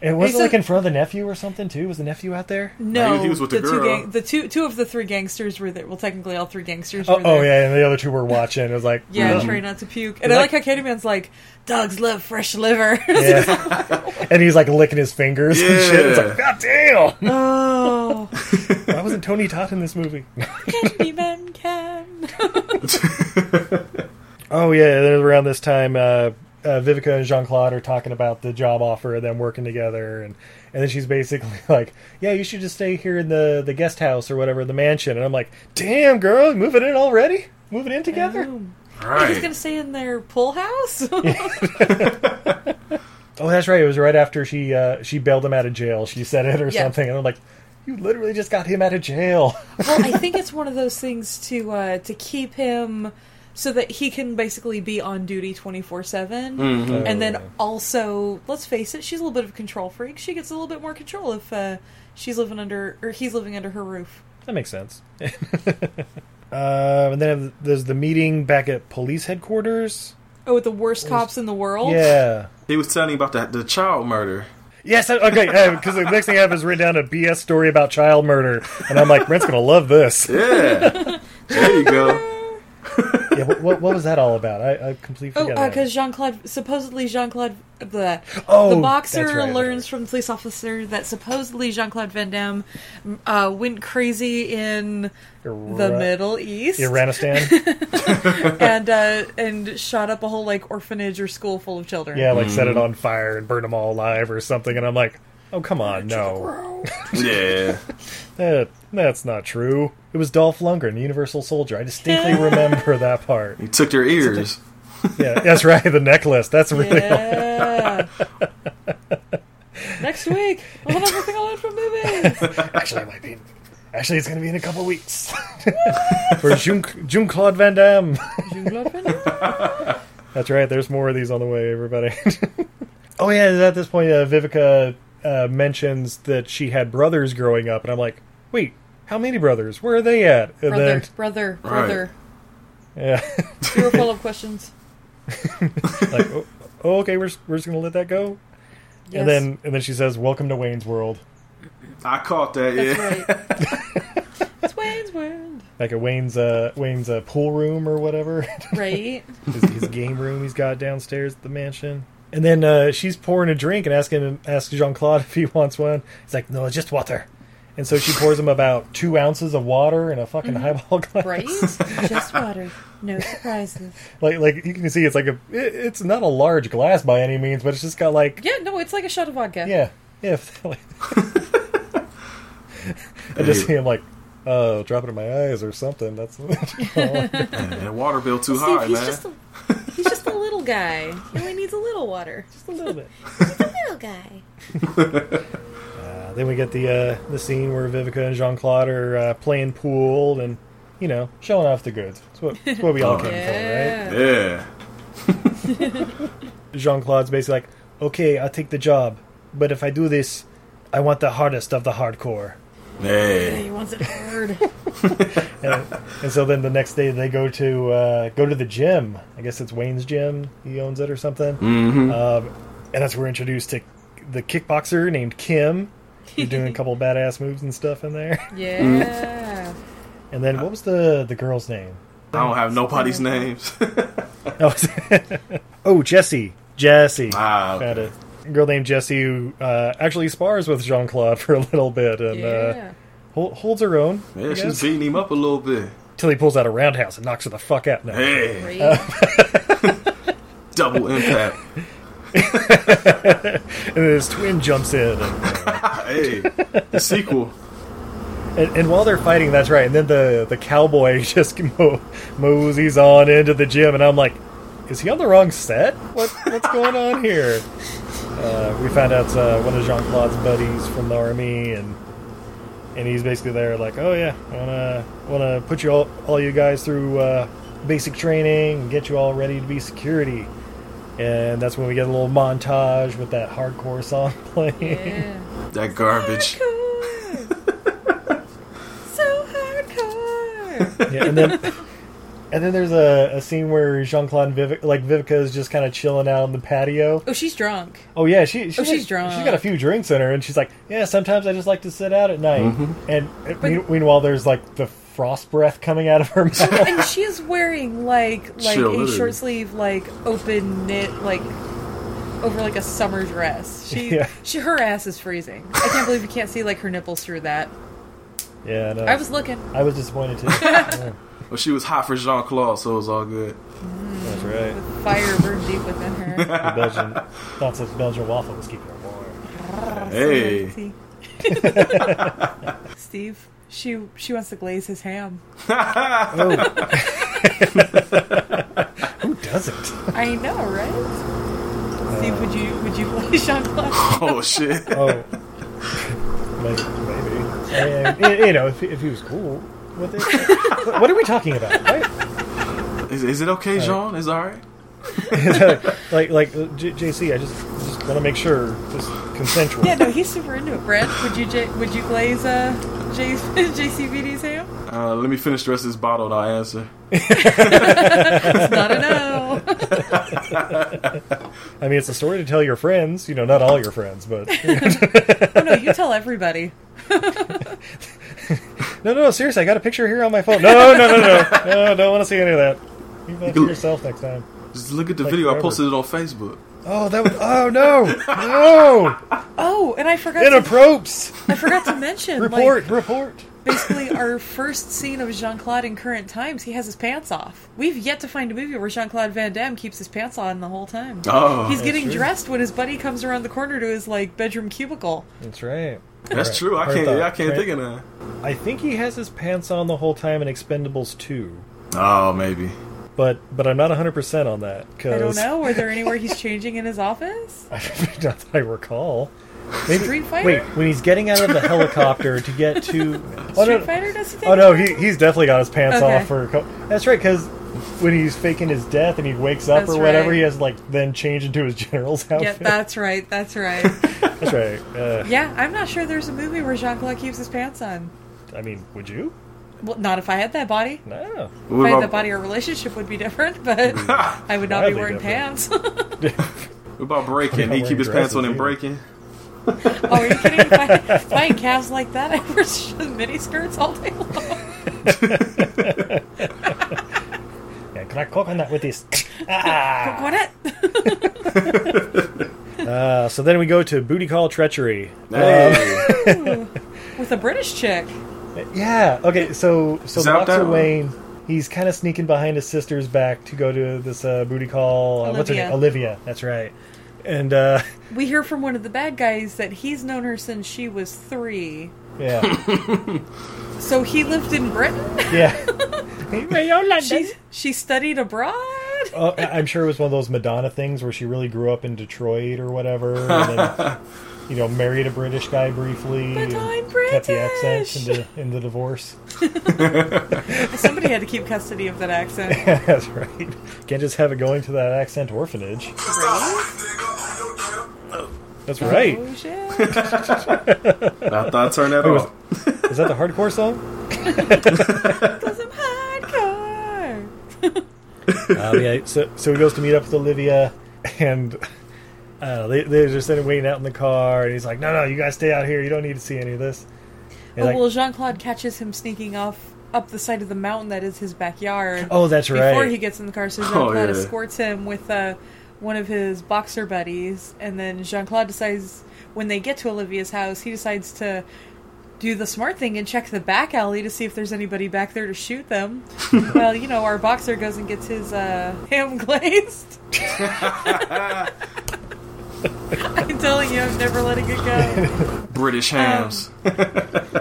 S2: and was
S5: He's
S2: it like
S5: a-
S2: in front of the nephew or something too? Was the nephew out there?
S5: No,
S6: he was with the
S5: two
S6: girl.
S5: the two two of the three gangsters were there. Well, technically, all three gangsters.
S2: Oh,
S5: were there.
S2: oh yeah, and the other two were watching. It was like
S5: Yeah,
S2: "Ugh."
S5: try not to puke. And I like how Candyman's like, dogs love fresh liver.
S2: Yeah. and he's like licking his fingers and shit. It's like, God damn!
S5: oh,
S2: Why wasn't Tony Todd in this movie?
S5: Candyman can.
S2: Oh yeah, then around this time, uh, uh, Vivica and Jean Claude are talking about the job offer and them working together, and and then she's basically like, "Yeah, you should just stay here in the the guest house or whatever, the mansion." And I'm like, "Damn, girl, you moving in already? Moving in together?
S6: All
S5: He's
S6: right.
S5: gonna stay in their pool house.
S2: Oh, that's right. It was right after she uh, she bailed him out of jail. She said it or
S5: Yeah.
S2: something, and I'm like, "You literally just got him out of jail."
S5: well, I think it's one of those things to uh, to keep him so that he can basically be on duty 24-7 and then also let's face it she's a little bit of a control freak she gets a little bit more control if uh, she's living under or he's living under her roof
S2: That makes sense. uh, and then there's the meeting back at police headquarters.
S5: oh with the worst cops in the world
S2: Yeah.
S6: He was telling you about the, the child murder.
S2: Yes, I- okay, because the next thing I have is written down a BS story about child murder, and I'm like, Brent's gonna love this.
S6: Yeah. there you go.
S2: Yeah, what, what, what was that all about? I, I completely
S5: Oh,
S2: forgot. that.
S5: because Jean Claude supposedly Jean Claude the
S2: Oh,
S5: the boxer
S2: that's right.
S5: learns from the police officer that supposedly Jean Claude Van Damme uh, went crazy in the
S2: Ira-
S5: Middle East
S2: Iranistan,
S5: and uh, and shot up a whole like orphanage or school full of children.
S2: yeah, like set it on fire and burn them all alive or something, and I'm like, oh come on,
S6: Oh.
S2: no,
S6: Yeah.
S2: that, that's not true. It was Dolph Lundgren, Universal Soldier. I distinctly remember that part.
S6: He took their ears.
S2: Yeah, that's right, the necklace. That's really
S5: Yeah. Next week, we'll have everything I learned from movies.
S2: Actually, it might be. Actually, it's going to be in a couple weeks. For June, June Claude Van Damme.
S5: Jean Claude Van Damme.
S2: That's right. There's more of these on the way, everybody. oh yeah, at this point, uh, Vivica uh, mentions that she had brothers growing up, and I'm like, wait, how many brothers? Where are they at? And
S5: brother, brother,
S6: Right.
S5: brother.
S2: then,
S5: You were full of questions.
S2: yeah, like, oh, oh, okay, we're we're just going to let that go.
S5: Yes.
S2: And then and then she says, "Welcome to Wayne's World."
S6: I caught that.
S5: That's
S6: yeah.
S5: right. it's Wayne's World,
S2: Like a Wayne's uh, Wayne's uh, pool room or whatever.
S5: right?
S2: his, his game room he's got downstairs at the mansion. And then uh, she's pouring a drink and asking him, asks Jean Claude if he wants one. He's like, "No, just water." And so she pours him about two ounces of water in a fucking highball glass.
S5: Right? Just water. No surprises.
S2: Like, like you can see, it's like a. It, it's not a large glass by any means, but it's just got like
S5: Yeah, no, it's like a shot of vodka.
S2: Yeah, yeah. I just see him like, oh, drop it in my eyes or something. That's
S6: Man, that water bill too
S5: See,
S6: high,
S5: he's
S6: man.
S5: just a, he's just a little guy. He only needs a little water.
S2: just a little bit.
S5: Little guy.
S2: Uh, then we get the uh, the scene where Vivica and Jean Claude are uh, playing pool and you know showing off the goods. That's what, that's what we all
S6: Oh,
S2: came for,
S5: Yeah.
S6: yeah.
S2: right? Jean Claude's basically like, okay, I'll take the job, but if I do this, I want the hardest of the hardcore.
S6: Hey.
S5: He wants it hard.
S2: and, and so then the next day they go to uh, go to the gym. I guess it's Wayne's gym. He owns it or something. Um, and that's where we're introduced to the kickboxer named Kim. He's doing a couple badass moves and stuff in there.
S5: Yeah.
S2: And then what was the the girl's name?
S6: I don't have nobody's names.
S2: Oh, oh Jesse. Jesse.
S6: Ah, okay.
S2: Got it. Girl named Jessie who uh, actually spars with Jean Claude for a little bit and
S5: Yeah.
S2: uh, hol- holds her own.
S6: yeah,
S2: I
S6: she's
S2: guess.
S6: beating him up a little bit.
S2: Till he pulls out a roundhouse and knocks her the fuck out. No.
S6: Hey,
S5: Great.
S6: double impact.
S2: And then his twin jumps in. And,
S6: hey, the sequel.
S2: And, and while they're fighting, that's right. And then the the cowboy just mo- moseys on into the gym, and I'm like, is he on the wrong set? What what's going on here? Uh, we found out it's uh, one of Jean Claude's buddies from the army, and and he's basically there like, oh yeah, I wanna wanna put you all all you guys through uh, basic training and get you all ready to be security. And that's when we get a little montage with that hardcore song playing.
S5: Yeah.
S6: That garbage.
S5: Hardcore. so hardcore.
S2: yeah, and then and then there's a, a scene where Jean Claude and Vivica, like Vivica is just kind of chilling out on the patio.
S5: Oh, she's drunk.
S2: Oh yeah, she, she
S5: Oh, she's drunk.
S2: She's got a few drinks in her, and she's like, yeah. Sometimes I just like to sit out at night. And uh, mean, meanwhile, there's like the frost breath coming out of her mouth.
S5: And she is wearing like like a
S6: Chilly.
S5: short sleeve like open knit like over like a summer dress. She
S2: Yeah.
S5: she her ass is freezing. I can't believe you can't see like her nipples through that.
S2: yeah, no,
S5: I was looking.
S2: I was disappointed too. Yeah,
S6: Well, she was hot for Jean Claude, so it was all good.
S2: that's right.
S5: Fire burned deep within her.
S2: The Belgian thoughts of Belgian waffle was keeping her warm.
S6: Hey,
S5: See? Steve, she she wants to glaze his ham.
S2: Who doesn't?
S5: I know, right?
S2: Uh,
S5: Steve, would you would you glaze Jean Claude?
S6: oh shit.
S2: Oh, maybe. maybe. And, y- you know, if, if he was cool with it. what are we talking about? Why-
S6: Is, is it okay, Jean? Is it all right?
S2: like like uh, J- JC, I just just want to make sure it's consensual.
S5: Yeah, no, he's super into it. Brad, would you J, would you glaze uh J, JCVD's ham?
S6: Uh, let me finish the rest of this bottle, and I'll answer.
S5: Not a no.
S2: I mean, it's a story to tell your friends. You know, not all your friends, but
S5: oh no, you tell everybody.
S2: no, no, no, seriously, I got a picture here on my phone. No, no, no, no, no, don't want to see any of that. Leave that to yourself next time.
S6: Just look at the video. I
S2: forever.
S6: posted it on Facebook.
S2: Oh, that was. Oh no, no,
S5: Oh, and I forgot to,
S2: inappropes.
S5: I forgot to mention
S2: Report,
S5: Like,
S2: report.
S5: basically, our first scene of Jean Claude in current times, he has his pants off. We've yet to find a movie where Jean Claude Van Damme keeps his pants on the whole time.
S6: Oh,
S5: He's getting dressed when his buddy comes around the corner to his like bedroom cubicle.
S2: That's right.
S6: that's true. I
S2: Hard
S6: can't.
S2: thought,
S6: I can't
S2: right?
S6: think of that.
S2: I think he has his pants on the whole time in Expendables 2,
S6: Oh, maybe.
S2: but but I'm not 100 percent on that because
S5: I don't know. Were there anywhere he's changing in his office?
S2: Not that I recall. Maybe,
S5: Street Fighter?
S2: Wait, when he's getting out of the helicopter to get to oh no,
S5: Street Fighter does he take
S2: oh no,
S5: it
S2: he,
S5: off?
S2: he's definitely got his pants
S5: Okay.
S2: off for. a co- That's right, because when he's faking his death and he wakes up
S5: That's
S2: or whatever,
S5: right.
S2: he has like then change into his general's
S5: Yeah,
S2: outfit.
S5: that's right. That's right.
S2: that's right. Uh,
S5: yeah, I'm not sure there's a movie where Jean Claude keeps his pants on.
S2: I mean, would you?
S5: Well, not if I had that body.
S6: What
S2: No.
S5: If I had
S6: about, Hmm.
S5: that body, our relationship would be different, but I would not be
S2: Wildly
S5: wearing pants. Oh,
S6: what about breaking?
S2: Not
S6: He keep
S2: wearing
S6: his pants on and
S2: dresses either.
S6: breaking.
S5: oh, are you kidding? If I, if I had calves like that, I wear sh- mini skirts all day long.
S2: Yeah, can I coconut with this? Ah.
S5: Coconut?
S2: Uh, so then we go to booty call treachery.
S6: Hey.
S5: With the British chick.
S2: Yeah. Okay. So so
S6: Is that
S2: Boxer
S6: that one?
S2: Wayne, he's kind of sneaking behind his sister's back to go to this uh, booty call. Uh, what's her
S5: Olivia.
S2: name? Olivia. That's right. And uh,
S5: We hear from one of the bad guys that he's known her since she was three.
S2: yeah,
S5: So he lived in Britain.
S2: yeah.
S5: She she studied abroad.
S2: Oh, I- I'm sure it was one of those Madonna things where she really grew up in Detroit or whatever, and then, you know, married a British guy briefly,
S5: But I'm
S2: and kept the accent
S5: British.
S2: into in the divorce.
S5: Somebody had to keep custody of that accent.
S2: That's right. Can't just have it going to that accent orphanage. That's right.
S5: Oh shit!
S2: Uh,
S6: I thought I turned that off.
S2: Is that the hardcore song?
S5: Cause I'm hardcore.
S7: Uh, yeah,
S2: So, so he goes to meet up with Olivia, and uh, they, they're just sitting waiting out in the car, and he's like, "No, no, you guys stay out here. You don't need to see any of this." And
S5: Oh,
S2: like,
S5: well, Jean Claude catches him sneaking off up the side of the mountain that is his backyard.
S2: oh, that's right.
S5: before he gets in the car. So Jean
S6: Oh,
S5: Claude
S6: yeah.
S5: escorts him with uh, one of his boxer buddies, and then Jean Claude decides when they get to Olivia's house, he decides to do the smart thing and check the back alley to see if there's anybody back there to shoot them. well, you know, our boxer goes and gets his uh, ham glazed. I'm telling you, I'm never letting it go.
S6: British hams.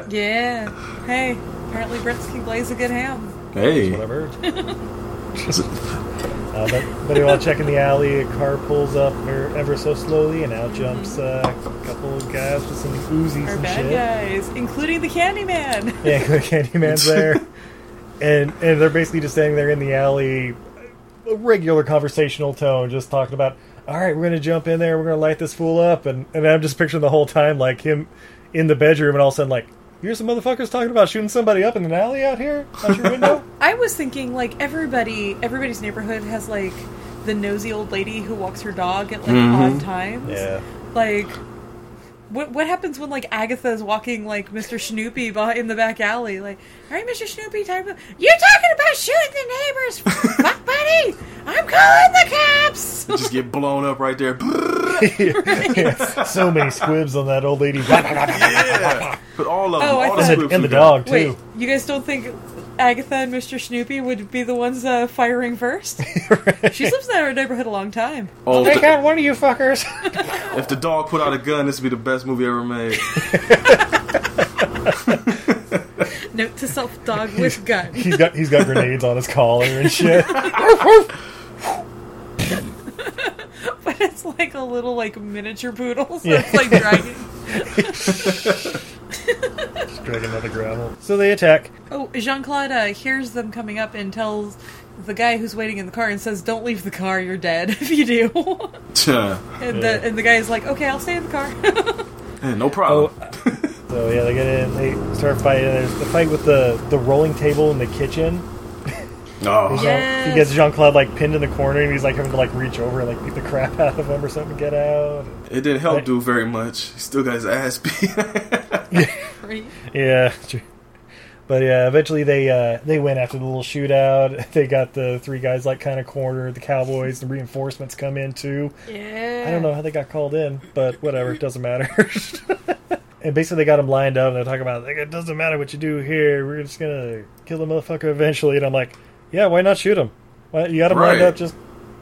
S5: Yeah. Hey, apparently Brits can glaze a good ham.
S6: hey,
S2: Whatever. Uh, but, but while checking the alley, a car pulls up er, ever so slowly, and out jumps uh, a couple of guys with some Uzis
S5: Our
S2: and
S5: bad
S2: shit.
S5: guys, including the Candyman.
S2: Yeah, the Candyman's there, and and they're basically just standing there in the alley, a regular conversational tone, just talking about, all right, we're gonna jump in there, we're gonna light this fool up, and and I'm just picturing the whole time like him in the bedroom, and all of a sudden like, here's some motherfuckers talking about shooting somebody up in an alley out here out your window.
S5: I was thinking like everybody everybody's neighborhood has like the nosy old lady who walks her dog at like odd times.
S2: Mm-hmm. yeah,
S5: Like what what happens when like Agatha's walking like Mr. Snoopy by, in the back alley? Like, all right, Mr. Snoopy, time to- you're talking about shooting the neighbors, fuck buddy. I'm calling the cops.
S6: just get blown up right there.
S2: so many squibs on that old lady,
S6: yeah, but all of them,
S5: Oh, I
S6: all
S5: thought-
S6: the
S2: and
S6: squibs
S2: the, and
S6: we
S2: the
S6: got.
S2: dog too.
S5: Wait, you guys don't think Agatha and Mr. Snoopy would be the ones uh, firing first? She lives in our neighborhood a long time.
S6: Oh, if, the,
S2: out one of you fuckers.
S6: if the dog put out a gun, this would be the best movie ever made.
S5: Note to self: dog with gun.
S2: he's got he's got grenades on his collar and shit.
S5: But it's like a little like miniature poodle, so
S2: Yeah.
S5: it's like dragging.
S2: Drag another gravel. So they attack.
S5: Oh, Jean Claude uh, hears them coming up and tells the guy who's waiting in the car and says, "Don't leave the car. You're dead if you do."
S6: Yeah.
S5: and
S2: Yeah.
S5: the and the guy is like, "Okay, I'll stay in the car."
S6: Hey, no problem.
S2: So yeah, they get in. They start fighting. There's the fight with the the rolling table in the kitchen. Oh, uh,
S6: No.
S5: Yeah.
S2: He gets Jean Claude like pinned in the corner, and he's like having to like reach over and like beat the crap out of him or something. to Get out.
S6: It didn't help dude very much. He still got his ass beat.
S5: Right.
S2: Yeah. true. But yeah, eventually they uh, they win after the little shootout. They got the three guys like kind of cornered. The Cowboys, the reinforcements come in too.
S5: yeah.
S2: I don't know how they got called in, but whatever, it doesn't matter. and basically, they got them lined up, and they're talking about like it doesn't matter what you do here. We're just gonna kill the motherfucker eventually. And I'm like, yeah, why not shoot him? Why, you got him lined
S6: Right.
S2: up, just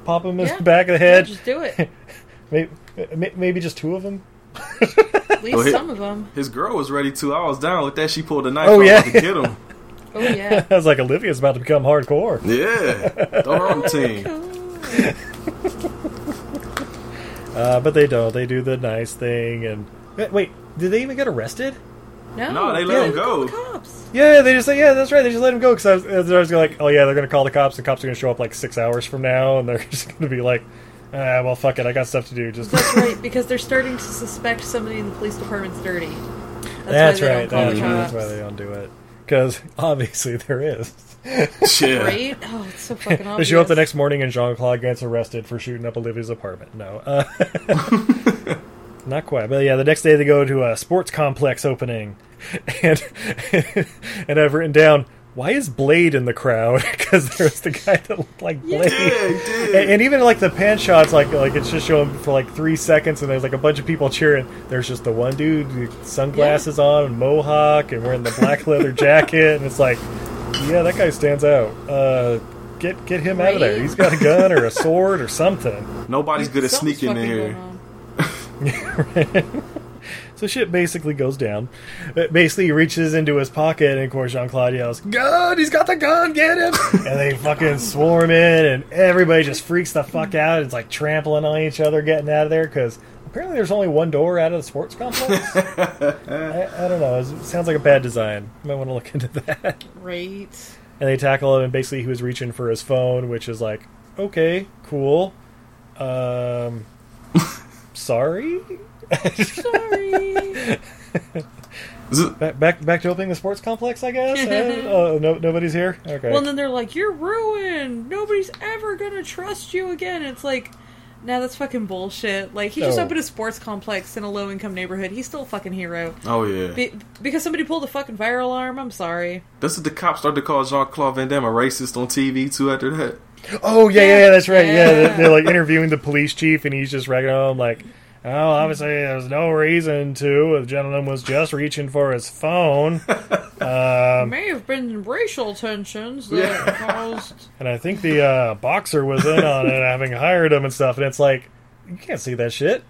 S2: pop him in
S5: Yeah.
S2: the back of the
S5: Yeah,
S2: head.
S5: just do it.
S2: Maybe, maybe just two of them.
S5: At least
S6: Oh, hit-
S5: some of them.
S6: His girl was ready too. I was down with that. She pulled a knife
S2: Oh,
S6: out
S2: yeah.
S6: to get him.
S5: Oh yeah.
S2: I was like, Olivia's about to become hardcore.
S6: Yeah. The wrong team.
S2: Uh, but they don't. They do the nice thing. And wait, wait, did they even get arrested?
S5: No,
S6: No, they let him
S5: call
S6: go.
S5: the cops.
S2: Yeah, they just like yeah, that's right. They just let him go because I was, I was always like, oh yeah, they're gonna call the cops. The cops are gonna show up like six hours from now, and they're just gonna be like, ah, well, fuck it, I got stuff to do. Just
S5: That's right, because they're starting to suspect somebody in the police department's dirty.
S2: that's,
S5: why they Don't call
S2: right. That's,
S5: the
S2: right,
S5: cops.
S2: that's why they don't do it because obviously there is.
S6: Yeah.
S5: Right? Oh, it's so fucking
S2: They
S5: obvious.
S2: show up the next morning, and Jean Claude gets arrested for shooting up Olivia's apartment. No, uh, not quite. But yeah, the next day they go to a sports complex opening, and and I've written down. why is Blade in the crowd? Because there was the guy that looked like Blade.
S6: Yeah, he did.
S2: And, and even like the pan shots, like like it's just showing for like three seconds, and there's like a bunch of people cheering. There's just the one dude, with sunglasses on, and mohawk, and wearing the black leather jacket, and it's like, yeah, that guy stands out. Uh, get get him out of there.
S5: Right?
S2: He's got a gun or a sword or something.
S6: Nobody's good at
S5: Something's
S6: sneaking in
S5: fucking
S6: here.
S5: going on.
S2: So shit basically goes down. But basically, he reaches into his pocket, and of course, Jean Claude yells, "Gun! He's got the gun! Get him!" and they fucking swarm in, and everybody just freaks the fuck out. It's like trampling on each other, getting out of there because apparently there's only one door out of the sports complex. I, I don't know. It sounds like a bad design. You might want to look into that
S5: Right.
S2: and they tackle him and basically he was reaching for his phone which is like okay cool um sorry
S5: Sorry.
S6: Z-
S2: back back back to opening the sports complex i guess Eh, oh no nobody's here okay
S5: Well, and then they're like, "You're ruined. Nobody's ever gonna trust you again." It's like, now that's fucking bullshit. Like he just
S2: No.
S5: opened a sports complex in a low income neighborhood. He's still a fucking hero.
S6: Oh yeah.
S5: Be- because somebody pulled a fucking fire alarm. I'm sorry.
S6: This is the cops started to call Jean Claude Van Damme a racist on TV too. After that,
S2: oh yeah yeah, yeah that's right yeah,
S5: Yeah.
S2: they're, they're, like interviewing the police chief and he's just ragging on him like Oh, obviously, there's no reason to. The gentleman was just reaching for his phone, Um,
S5: may have been racial tensions that
S6: Yeah.
S5: caused.
S2: and I think the uh, boxer was in on it, having hired him and stuff. And it's like, you can't see that shit.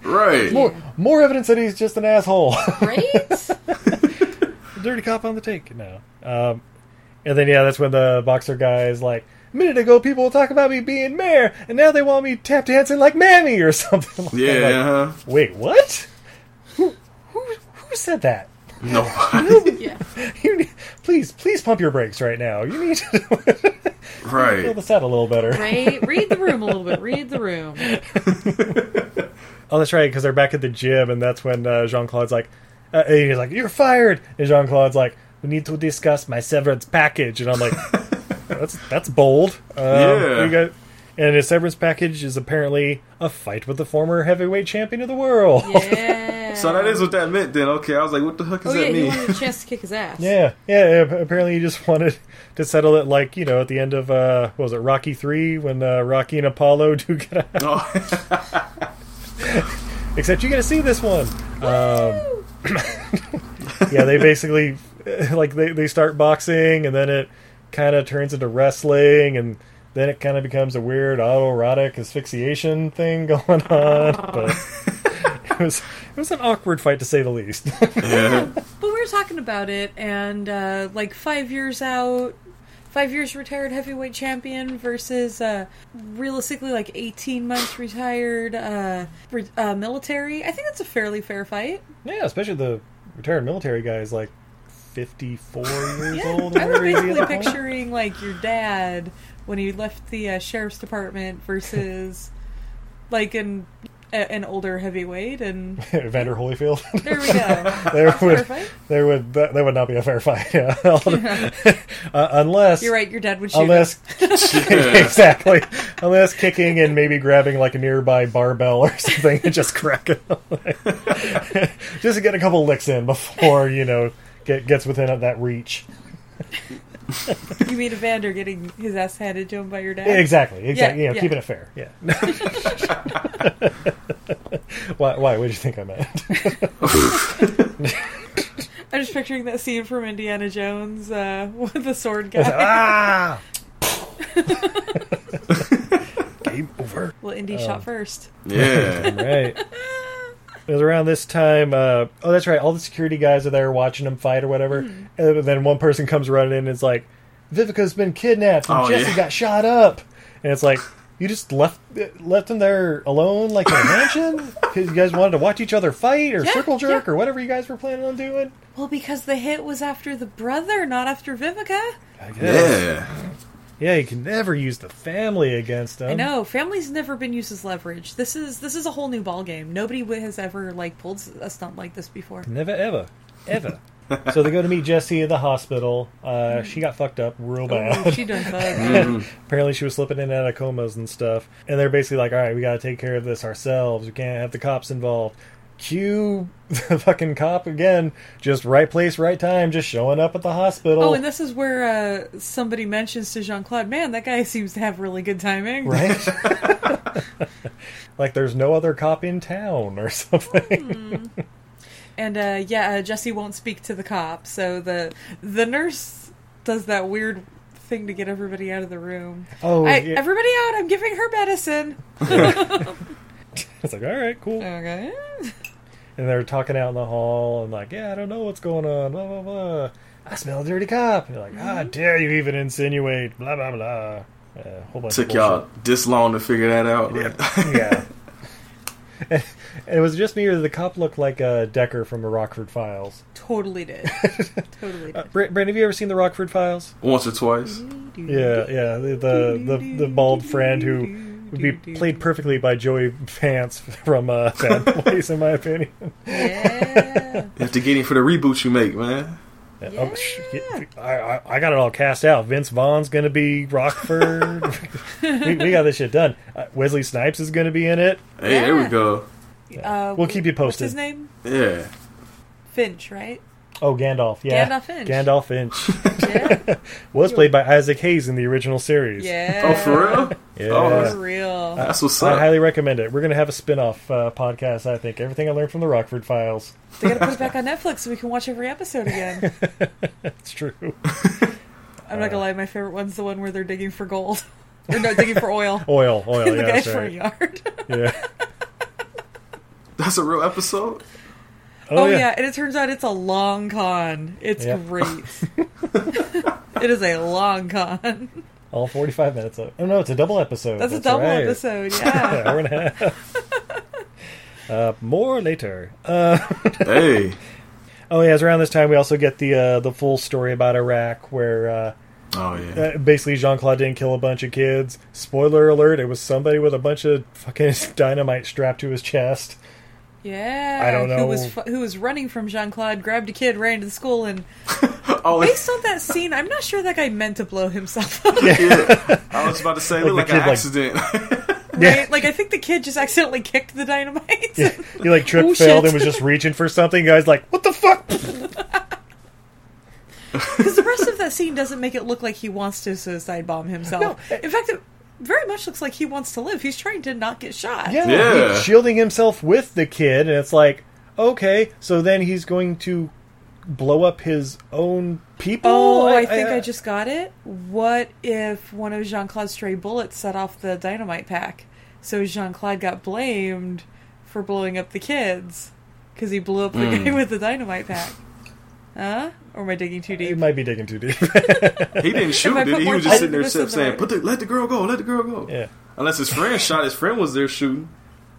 S6: right?
S2: more, more evidence that he's just an asshole.
S5: Right?
S2: Dirty cop on the take. No. Um, and then yeah, that's when the boxer guy is like, a minute ago people were talking about me being mayor, and now they want me tap dancing like Mammy or something. Like
S6: yeah. uh-huh.
S2: That. Like,
S6: huh?
S2: Wait, what? Who who who said that?
S6: Nobody.
S5: yeah.
S2: You need, please please pump your brakes right now. You need to fill
S6: right.
S2: this out a little better.
S5: Right? Read the room a little bit. Read the room.
S2: Oh, that's right, because they're back at the gym, and that's when uh, Jean Claude's like, uh, and he's like, "You're fired," and Jean Claude's like, "We need to discuss my severance package," and I'm like, "That's that's bold." Um,
S6: Yeah.
S2: you got- and his severance package is apparently a fight with the former heavyweight champion of the world. Yeah,
S5: Yeah.
S6: Oh, So that is what that meant then. Okay, I was like, what the heck does
S5: Oh yeah,
S6: that
S5: he
S6: mean?
S5: wanted a chance to kick his ass.
S2: yeah, yeah, ap- Apparently, he just wanted to settle it, like you know, at the end of uh, what was it Rocky Three when uh, Rocky and Apollo do get out.
S6: oh,
S2: Except you get to see this one. Um, yeah, they basically like they, they start boxing and then it kind of turns into wrestling and then it kind of becomes a weird autoerotic asphyxiation thing going on. But it was it was an awkward fight to say the least.
S6: yeah.
S5: But we were talking about it, and uh, like five years out, five years retired heavyweight champion versus uh, realistically like 18 months retired uh, re- uh, military. I think that's a fairly fair fight.
S2: yeah, especially the retired military guy is like fifty four years
S5: Yeah,
S2: old. or
S5: I was
S2: whatever he is at
S5: basically
S2: the point.
S5: picturing like your dad when he left the uh, sheriff's department versus like an a, an older heavyweight, and
S2: Vander Holyfield.
S5: there we go.
S2: there would
S5: fight.
S2: there would that, that would not be a fair fight. Yeah. uh, unless
S5: You're right. Your dad would shoot.
S2: unless
S5: him.
S2: exactly unless kicking and maybe grabbing like a nearby barbell or something and just cracking just to get a couple licks in before you know get, gets within that reach
S5: you mean Evander getting his ass handed to him by your dad?
S2: exactly exactly
S5: Yeah,
S2: yeah,
S5: yeah.
S2: keeping it fair yeah why why what did you think i meant
S5: I'm just picturing that scene from Indiana Jones uh, with the sword guy.
S2: ah game over
S5: well, Indy shot first.
S6: Yeah.
S2: right. It was around this time. Uh, oh, that's right. All the security guys are there watching them fight or whatever.
S5: Hmm.
S2: And then one person comes running in and is like, "Vivica's been kidnapped and
S6: Oh,
S2: Jesse
S6: yeah.
S2: got shot up." And it's like, you just left left them there alone, like in a mansion, because you guys wanted to watch each other fight or
S5: Yeah,
S2: circle jerk or whatever you guys were planning on doing.
S5: Well, because the hit was after the brother, not after Vivica.
S2: I guess.
S6: Yeah.
S2: Yeah, you can never use the family against them.
S5: I know family's never been used as leverage. This is this is a whole new ballgame. Nobody wi- has ever like pulled a stunt like this before.
S2: Never, ever, ever. so they go to meet Jesse in the hospital. Uh, she got fucked up real bad.
S5: Oh, she done fucked.
S2: Apparently, she was slipping in and out of comas and stuff. And they're basically like, all right, we got to take care of this ourselves. We can't have the cops involved. cue the fucking cop again. Just right place, right time. Just showing up at the hospital.
S5: Oh, and this is where uh, somebody mentions to Jean Claude, man, that guy seems to have really good timing.
S2: right? like there's no other cop in town or something.
S5: And uh, yeah, uh, Jesse won't speak to the cop, so the the nurse does that weird thing to get everybody out of the room.
S2: Oh,
S5: I,
S2: yeah.
S5: everybody out! I'm giving her medicine.
S2: It's like all right, cool.
S5: Okay.
S2: And they're talking out in the hall and like, yeah, I don't know what's going on. Blah blah blah. I smell a dirty cop. And you're like, how dare you even insinuate? Blah blah blah. Uh, whole bunch of
S6: Took y'all
S2: bullshit.
S6: this long to figure that out.
S2: yeah. And it was just me or the cop looked like uh, Decker from the Rockford Files.
S5: Totally did. Totally did.
S2: Brent, Brent, have you ever seen the Rockford Files?
S6: Once or twice.
S2: Yeah, yeah. The the the, the bald friend who would be played perfectly by Joey Vance from uh, Bad Boys, in my opinion.
S5: Yeah.
S6: You have to get him for the reboot you make, man.
S2: Oh, sh- I, I, I got it all cast out. Vince Vaughn's going to be Rockford. we, we got this shit done. Uh, Wesley Snipes is going to be in it.
S6: Hey, there we
S5: Yeah.
S6: go.
S5: Uh,
S2: We'll keep you
S5: what's
S2: posted.
S5: his name?
S6: Yeah.
S5: Finch, right?
S2: Oh, Gandalf. Yeah,
S5: Gandalf Finch.
S2: Gandalf Finch
S5: Yeah.
S2: was played by Isaac Hayes in the original series.
S5: yeah.
S6: Oh, for real?
S2: Yeah.
S6: Oh,
S5: For
S6: that's,
S5: real.
S6: that's what's
S2: I
S6: up.
S2: highly recommend it. We're going to have a spin-off uh, podcast, I think. Everything I learned from the Rockford Files.
S5: they gotta put it back on Netflix so we can watch every episode again.
S2: It's true.
S5: I'm not gonna
S2: Uh.
S5: lie, my favorite one's the one where they're digging for gold. or no, digging for oil.
S2: Oil, oil,
S5: in the
S2: yeah,
S5: guy's
S2: that's right.
S5: front yard.
S2: Yeah.
S6: That's a real episode?
S5: Oh, yeah. and it turns out it's a long con. It's
S2: Yeah.
S5: great. it is a long con.
S2: All 45 minutes of Oh, no, it's a double episode.
S5: That's, a double
S2: right.
S5: episode, yeah.
S2: Hour and a half. uh, more later. Uh,
S6: Hey.
S2: oh, yeah, it's around this time we also get the uh, the full story about Iraq where uh,
S6: Oh, yeah.
S2: uh, basically Jean Claude didn't kill a bunch of kids. Spoiler alert, it was somebody with a bunch of fucking dynamite strapped to his chest.
S5: yeah.
S2: I don't
S5: Who
S2: know.
S5: was fu- who was running from Jean Claude, grabbed a kid, ran to the school, and
S6: Oh,
S5: based on that scene, I'm not sure that guy meant to blow himself up.
S6: yeah. I was about to say, it looked
S2: Like
S6: like an
S2: the kid, like-
S6: accident.
S5: Right? Like I think the kid just accidentally kicked the dynamite.
S2: He like tripped,
S5: Oh, shit.
S2: failed, and was just reaching for something. Guy's like, what the fuck?
S5: Because the rest of that scene doesn't make it look like he wants to suicide bomb himself.
S2: eh.
S5: In fact, it very much looks like he wants to live. He's trying to not get shot.
S2: Yeah,
S6: Yeah.
S2: he's shielding himself with the kid, and it's like, okay, so then he's going to blow up his own people.
S5: Oh, I think
S2: uh,
S5: I, just got it. What if one of Jean Claude's stray bullets set off the dynamite pack? So Jean Claude got blamed for blowing up the kids because he blew up the guy with the dynamite pack. Huh? Or am I digging too
S2: It
S5: deep?
S2: might be digging too deep.
S6: He didn't shoot,
S5: I
S6: did
S5: put
S6: he? He
S5: more
S6: was just
S5: time
S6: sitting there
S5: into this
S6: saying,
S5: than
S6: "Put the, let the girl go, let the girl go."
S2: Yeah.
S6: Unless his friend shot, his friend was there shooting.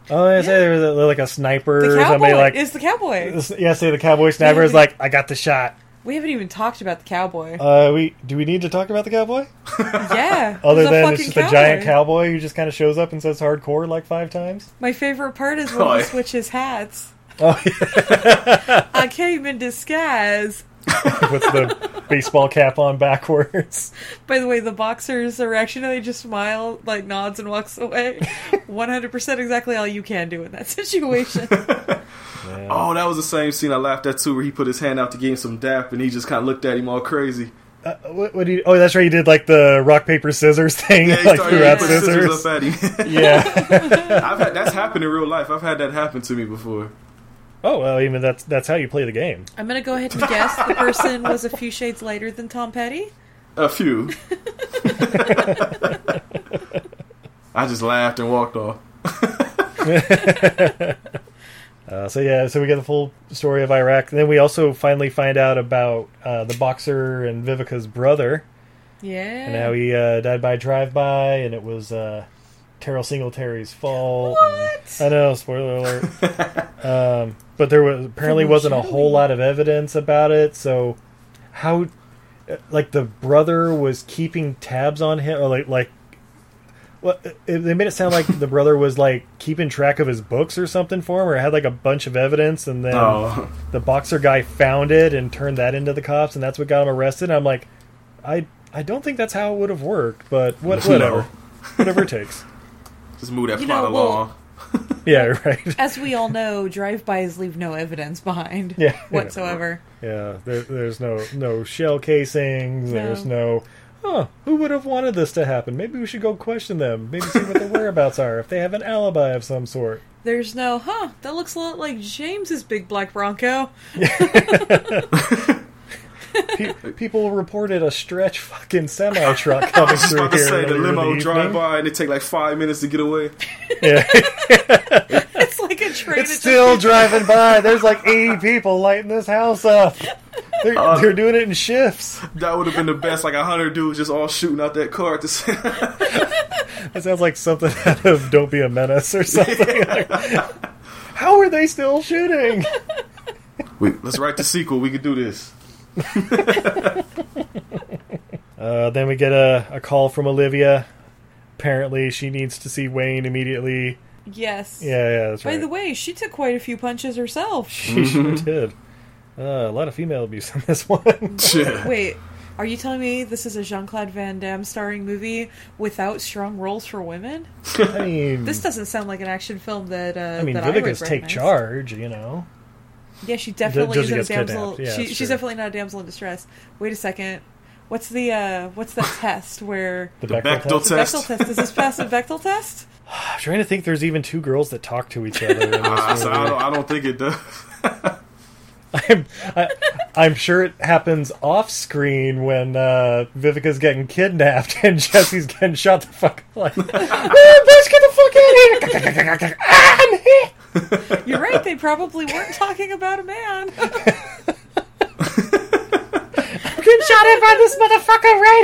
S2: oh, I say there was a, like a sniper
S5: The
S2: or
S5: cowboy
S2: somebody like.
S5: is the cowboy.
S2: yeah, say the cowboy sniper is like, I got the shot.
S5: We haven't even talked about the cowboy.
S2: Uh, we do we need to talk about the cowboy?
S5: yeah.
S2: Uh, Other
S5: he's a
S2: than
S5: fucking
S2: it's just a giant cowboy who just kind of shows up and says hardcore like five times.
S5: My favorite part is when
S6: Oh,
S5: he
S6: yeah.
S5: switches hats.
S2: Oh, yeah,
S5: I came in disguise.
S2: with the baseball cap on backwards.
S5: By the way, the boxer's reaction, they just smile, like nods and walks away. 100% exactly all you can do in that situation.
S6: Oh, that was the same scene I laughed at too, where he put his hand out to give him some dap, and he just kind of looked at him all crazy.
S2: What, what do you? Oh, that's right. You did like the rock paper scissors thing,
S6: Yeah, he
S2: like
S6: started
S2: threw out
S6: putting
S2: scissors.
S6: scissors up at him.
S2: Yeah.
S6: I've had that's happened in real life. I've had that happen to me before.
S2: Oh well, even that's that's how you play the game.
S5: I'm going to go ahead and guess the person was a few shades lighter than Tom Petty.
S6: A few. I just laughed and walked off.
S2: Uh, so yeah, so we get the full story of Iraq. And then we also finally find out about uh, the boxer and Vivica's brother
S5: Yeah.
S2: and how he uh, died by drive-by, and it was uh, Terrell Singletary's fault.
S5: What?
S2: I know, spoiler alert. um, but there was apparently wasn't a whole lot of evidence about it. So how, uh, like the brother was keeping tabs on him, or like like. Well, uh, they made it sound like the brother was like keeping track of his books or something for him, or had like a bunch of evidence, and then
S6: Oh,
S2: the boxer guy found it and turned that into the cops, and that's what got him arrested. And I'm like, I I don't think that's how it would have worked, but what,
S6: No.
S2: whatever, whatever it takes.
S6: just move that
S5: You
S6: plot
S5: know, well-
S6: along.
S2: Yeah, right.
S5: As we all know, drive-bys leave no evidence behind
S2: Yeah.
S5: whatsoever.
S2: Yeah, there, there's no no shell casings.
S5: No.
S2: There's no. Oh, who would have wanted this to happen? Maybe we should go question them. Maybe see what their whereabouts are. If they have an alibi of some sort.
S5: There's no, huh? That looks a lot like James's big black Bronco.
S2: Pe- people reported a stretch fucking semi truck coming
S6: I was
S2: through
S6: about to
S2: here.
S6: say the
S2: earlier
S6: limo
S2: in the
S6: drive
S2: evening.
S6: by and it take like five minutes to get away.
S5: It's like a train.
S2: It's still driving by. There's like 80 people lighting this house up. They're, they're doing it in shifts.
S6: That would have been the best. Like a hundred dudes just all shooting out that car at the same.
S2: That sounds like something out of Don't Be a Menace or something. How are they still shooting?
S6: Wait, let's write the sequel. We could do this.
S2: Uh, then we get a, a call from Olivia. Apparently, she needs to see Wayne immediately.
S5: yes.
S2: Yeah, yeah, that's
S5: By
S2: right.
S5: the way, she took quite a few punches herself.
S2: she sure did. Uh, a lot of female abuse in this one.
S6: Yeah.
S5: Wait, are you telling me this is a Jean Claude Van Damme starring movie without strong roles for women?
S2: I mean,
S5: This doesn't sound like an action film that. Uh,
S2: Hmm. I mean,
S5: that I would
S2: Vivica's take
S5: recognize.
S2: charge, you know.
S5: Yeah, she definitely
S2: Josie
S5: isn't a
S2: gets
S5: damsel.
S2: kidnapped. Yeah,
S5: she,
S2: that's
S5: she's
S2: true.
S5: definitely not a damsel in distress. Wait a second. What's the uh, what's that test where
S2: The,
S6: The
S2: Bechdel
S6: back
S2: test.
S5: the
S6: test.
S5: Bechtel test? Is this past the Bechtel test?
S2: I'm trying to think. There's even two girls that talk to each other. In this
S6: Ah, so I
S2: movie.
S6: don't. I don't think it does.
S2: I'm, I, I'm sure it happens off screen when uh, Vivica's getting kidnapped and Jesse's getting shot the fuck like, "Man, bitch, get the fuck out of here! Ah, I'm hit!
S5: You're right. They probably weren't talking about a man.
S2: I'm getting shot at by this motherfucker right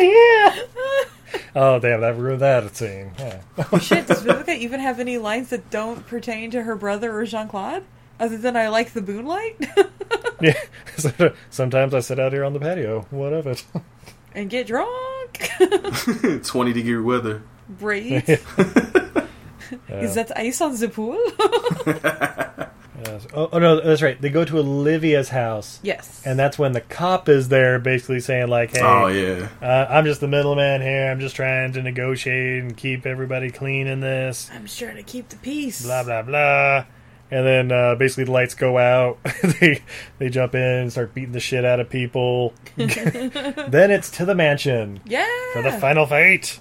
S2: here! Oh, damn, that ruined that scene. Yeah.
S5: Oh, Shit, does Vivica even have any lines that don't pertain to her brother or Jean Claude? Other than I like the moonlight?
S2: Yeah. So- Sometimes I sit out here on the patio. What of it?
S5: and get drunk.
S6: Twenty degree weather.
S5: Braids.
S2: Uh,
S5: Is that ice on the pool?
S2: Yes. Oh, oh, no, that's right. They go to Olivia's house.
S5: yes.
S2: And that's when the cop is there basically saying, like, hey,
S6: Oh yeah.
S2: Uh, I'm just the middleman here. I'm just trying to negotiate and keep everybody clean in this.
S5: I'm just trying to keep the peace.
S2: Blah blah blah. And then uh, basically the lights go out. they they jump in, and start beating the shit out of people. then it's to the mansion
S5: Yeah.
S2: for the final fight.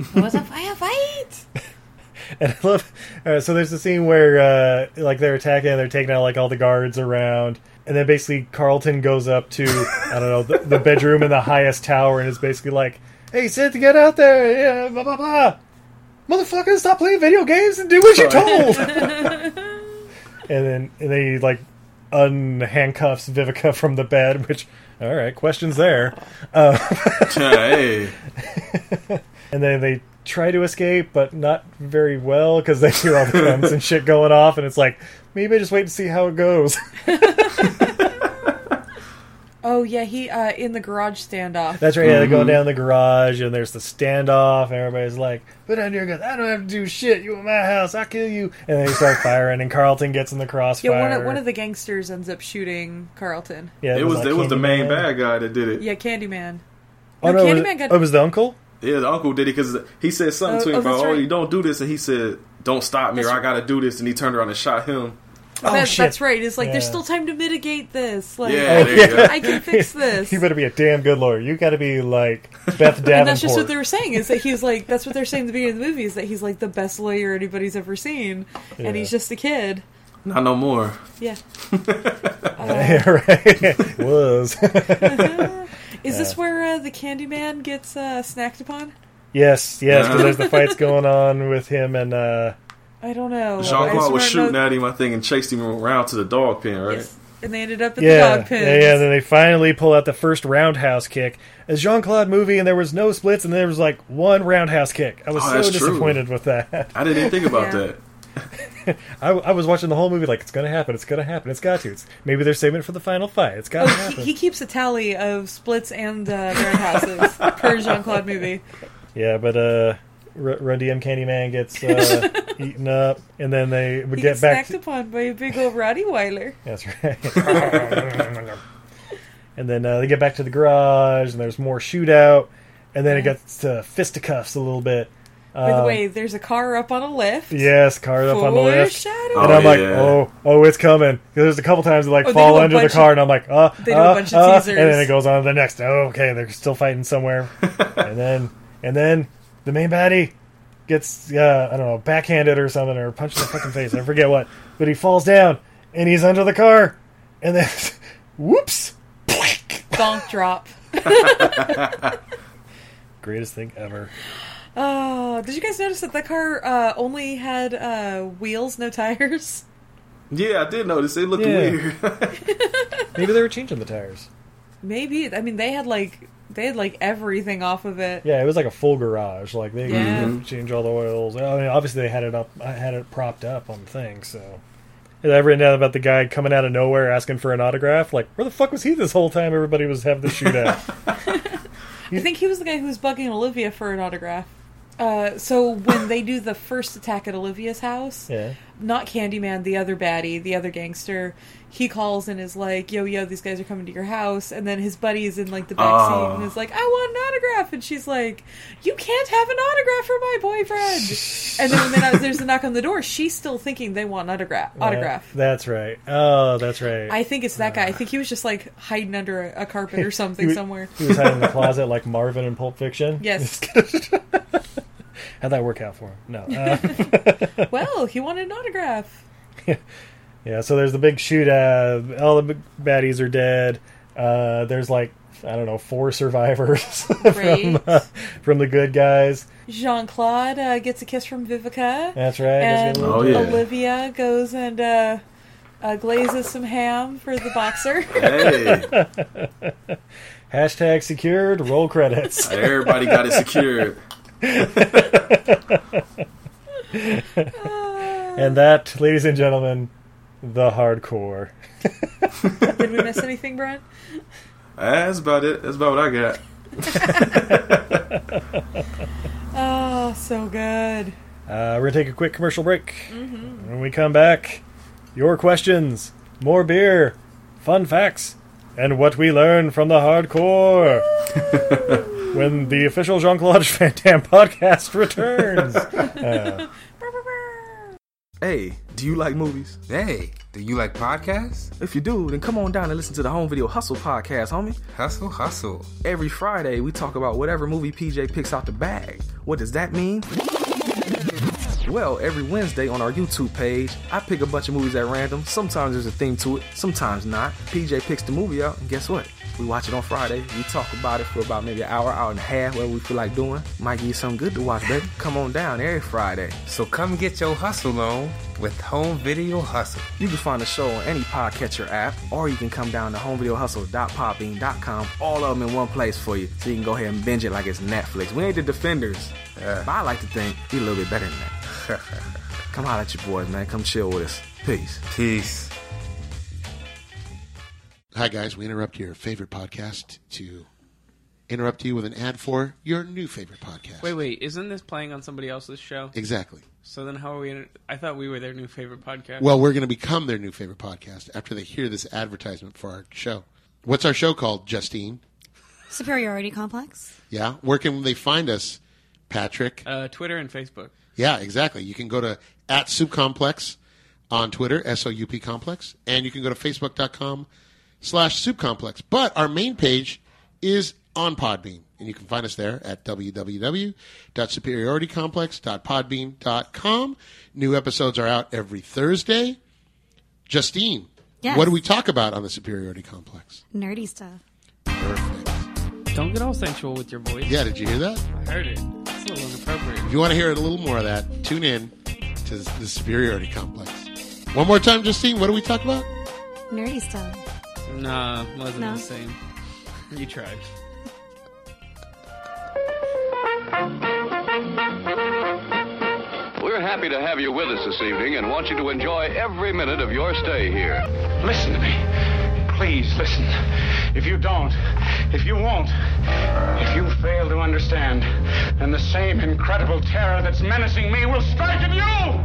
S5: it was a fire fight.
S2: And I love. Uh, so there's the scene where uh, like they're attacking, and they're taking out like all the guards around. And then basically Carlton goes up to I don't know the, the bedroom in the highest tower, and is basically like, "Hey, Sid, get out there!" Yeah, blah blah blah. Motherfucker, stop playing video games and do what you're told. and then and then he like unhandcuffs Vivica from the bed, which all right, questions there.
S6: hey.
S2: and then they try to escape, but not very well because they hear all the guns and shit going off, and it's like maybe I just wait to see how it goes.
S5: Oh yeah, he uh, in the garage standoff.
S2: That's right. Yeah, they go
S6: Mm-hmm.
S2: down the garage, and there's the standoff, and everybody's like, "Put down your guns! I don't have to do shit. You in my house? I'll kill you!" And they start firing, and Carlton gets in the crossfire.
S5: yeah, one of, one of the gangsters ends up shooting Carlton.
S2: Yeah,
S6: It was.
S2: like
S6: It was the main
S2: Candyman.
S6: bad guy that did it.
S5: Yeah, Candyman.
S2: Oh
S5: No,
S2: no, it was-
S5: Candyman got-
S2: oh, it was the uncle.
S6: Yeah, the uncle did it because he said something
S5: Oh,
S6: to him
S5: oh,
S6: about,
S5: that's
S6: "Oh,
S5: right.
S6: you don't do this," and he said, "Don't stop me,
S5: That's
S6: or I
S5: right.
S6: gotta do this." And he turned around and shot him.
S2: Oh
S5: That-
S2: shit!
S5: That's right. It's like there's
S2: Yeah.
S5: still time to mitigate this. Like
S6: Yeah, there you go.
S5: I can fix this.
S2: You better be a damn good lawyer. You got to be like Beth Davenport.
S5: and that's just what they were saying is that he's like that's what they're saying at the beginning of the movie is that he's like the best lawyer anybody's ever seen, and he's just a kid.
S6: Not no more.
S5: Yeah.
S2: Yeah, right. It was.
S5: Is this where uh, the Candyman gets uh, snacked upon?
S2: yes, yes. 'cause
S6: Yeah.
S2: there's the fights going on with him and uh,
S5: I don't know.
S6: Jean Claude was
S5: I swear I'm
S6: shooting
S5: not-
S6: at him, I think, and chased him around to the dog pen, right?
S5: Yes. And they ended up at
S2: yeah,
S5: the dog pen.
S2: yeah, yeah. Then they finally pull out the first roundhouse kick. A Jean Claude movie, and there was no splits, and there was like one roundhouse kick. I was
S6: Oh,
S2: so
S6: that's true.
S2: disappointed with that.
S6: I didn't even think about
S5: Yeah.
S6: that.
S2: I, I was watching the whole movie like it's gonna happen, it's gonna happen, it's got to. It's, maybe they're saving it for the final fight. It's gotta
S5: Oh,
S2: happen.
S5: he, he keeps a tally of splits and uh, roundhouses per Jean Claude movie.
S2: yeah, but uh, R- Run DM Candyman gets uh, eaten up, and then they would
S5: He gets
S2: get back.
S5: snacked upon by a big old Roddy Weiler.
S2: That's right. and then uh, they get back to the garage, and there's more shootout, and then it gets to fisticuffs a little bit.
S5: By the way, there's a car up on a lift.
S2: Yes, card Uh, up on the lift.
S5: Foreshadowing.
S6: Oh,
S2: And I'm like,
S6: yeah.
S2: oh, oh, it's coming. 'Cause there's a couple times they like
S5: Oh, they
S2: fall
S5: do a
S2: under the
S5: bunch
S2: car,
S5: of-
S2: and I'm like, uh,
S5: they do a
S2: uh,
S5: bunch of
S2: uh,
S5: teasers.
S2: and then it goes on to the next. Oh, okay, they're still fighting somewhere, and then and then the main baddie gets uh, I don't know backhanded or something or punched in the fucking face. I forget what, but he falls down and he's under the car, and then whoops,
S5: Oh. Bonk drop.
S2: greatest thing ever.
S5: Oh, did you guys notice that the car uh, only had uh, wheels, no tires?
S6: Yeah, I did notice. They looked
S2: Yeah.
S6: weird.
S2: Maybe they were changing the tires.
S5: Maybe. I mean, they had like they had like everything off of it.
S2: Yeah, it was like a full garage. Like they
S5: Yeah. Mm-hmm.
S2: could change all the oils. I mean, obviously they had it up, I had it propped up on things. So And I've written down about the guy coming out of nowhere asking for an autograph. Like, where the fuck was he this whole time? Everybody was having the shootout.
S5: I think he was the guy who was bugging Olivia for an autograph. Uh, so when they do the first attack at Olivia's house,
S2: yeah,
S5: not Candyman, the other baddie, the other gangster, he calls and is like, "Yo, yo, these guys are coming to your house." And then his buddy is in like the back
S6: Oh.
S5: seat and is like, "I want an autograph," and she's like, "You can't have an autograph for my boyfriend." and then when they- there's a knock on the door, she's still thinking they want an autograph. Autograph.
S2: That- that's right. Oh, that's right.
S5: I think it's that guy. I think he was just like hiding under a, a carpet or something
S2: was-
S5: somewhere.
S2: he was hiding in the closet like Marvin in Pulp Fiction.
S5: Yes.
S2: How'd that work out for him? No. Uh,
S5: well, he wanted an autograph.
S2: Yeah, so there's the big shoot. Uh, all the big baddies are dead. Uh, there's like I don't know four survivors from
S5: Great.
S2: uh, from the good guys.
S5: Jean Claude uh, gets a kiss from Vivica.
S2: That's right.
S5: and
S2: Let's get a little-
S6: Oh, yeah.
S5: Olivia goes and uh, uh, glazes some ham for the boxer.
S6: hey,
S2: Hashtag secured. Roll credits.
S6: everybody got it secured.
S2: and that, ladies and gentlemen, the hardcore.
S5: Did we miss anything, Brent?
S6: That's about it. That's about what I got.
S5: Oh, so good.
S2: Uh, we're gonna take a quick commercial break. When we come back, your questions, more beer, fun facts, and what we learn from the hardcore. when the official Jean Claude Van Damme podcast returns.
S6: Hey, do you like movies?
S8: Hey, do you like podcasts?
S6: If you do, then come on down and listen to the Home Video Hustle podcast, homie.
S8: Hustle, hustle.
S6: Every Friday, we talk about whatever movie PJ picks out the bag. What does that mean? Well, every Wednesday on our YouTube page, I pick a bunch of movies at random. Sometimes there's a theme to it, sometimes not. PJ picks the movie out, and guess what? We watch it on Friday. We talk about it for about maybe an hour, hour and a half, whatever we feel like doing. Might give you something good to watch, baby. Come on down every Friday.
S8: So come get your hustle on with Home Video Hustle.
S6: You can find the show on any podcatcher app, or you can come down to homevideohustle.podbean.com. All of them in one place for you, so you can go ahead and binge it like it's Netflix. We ain't the defenders,
S8: Uh.
S6: but I like to think we a little bit better than that. come holler at your boys, man. Come chill with us. Peace.
S8: Peace.
S9: Hi, guys. We interrupt your favorite podcast to interrupt you with an ad for your new favorite podcast.
S10: Wait, wait, isn't this playing on somebody else's show?
S9: Exactly.
S10: So then how are we? in- I thought we were their new favorite podcast.
S9: Well, we're going to become their new favorite podcast after they hear this advertisement for our show. What's our show called, Justine?
S11: Superiority complex.
S9: Yeah. Where can they find us, Patrick?
S10: uh, Twitter and Facebook.
S9: Yeah, exactly. You can go to at Soup Complex on Twitter, S O U P Complex, and you can go to Facebook.com slash Soup Complex. But our main page is on Podbean, and you can find us there at www.superioritycomplex.podbean.com. New episodes are out every Thursday. Justine,
S11: Yes.
S9: what do we talk about on the Superiority Complex?
S11: Nerdy stuff.
S9: Perfect.
S10: Don't get all sensual with your voice.
S9: Yeah, did you hear that?
S10: I heard it. It's a little inappropriate.
S9: If you want to hear a little more of that, tune in to the Superiority Complex. One more time, Justine, what do we talk about?
S11: Nerdy stuff.
S10: Nah, wasn't
S11: No.
S10: the same. You tried.
S4: We're happy to have you with us this evening and want you to enjoy every minute of your stay here. Listen to me. Please listen. If you don't, if you won't, if you fail to understand, then the same incredible terror that's menacing me will strike at you!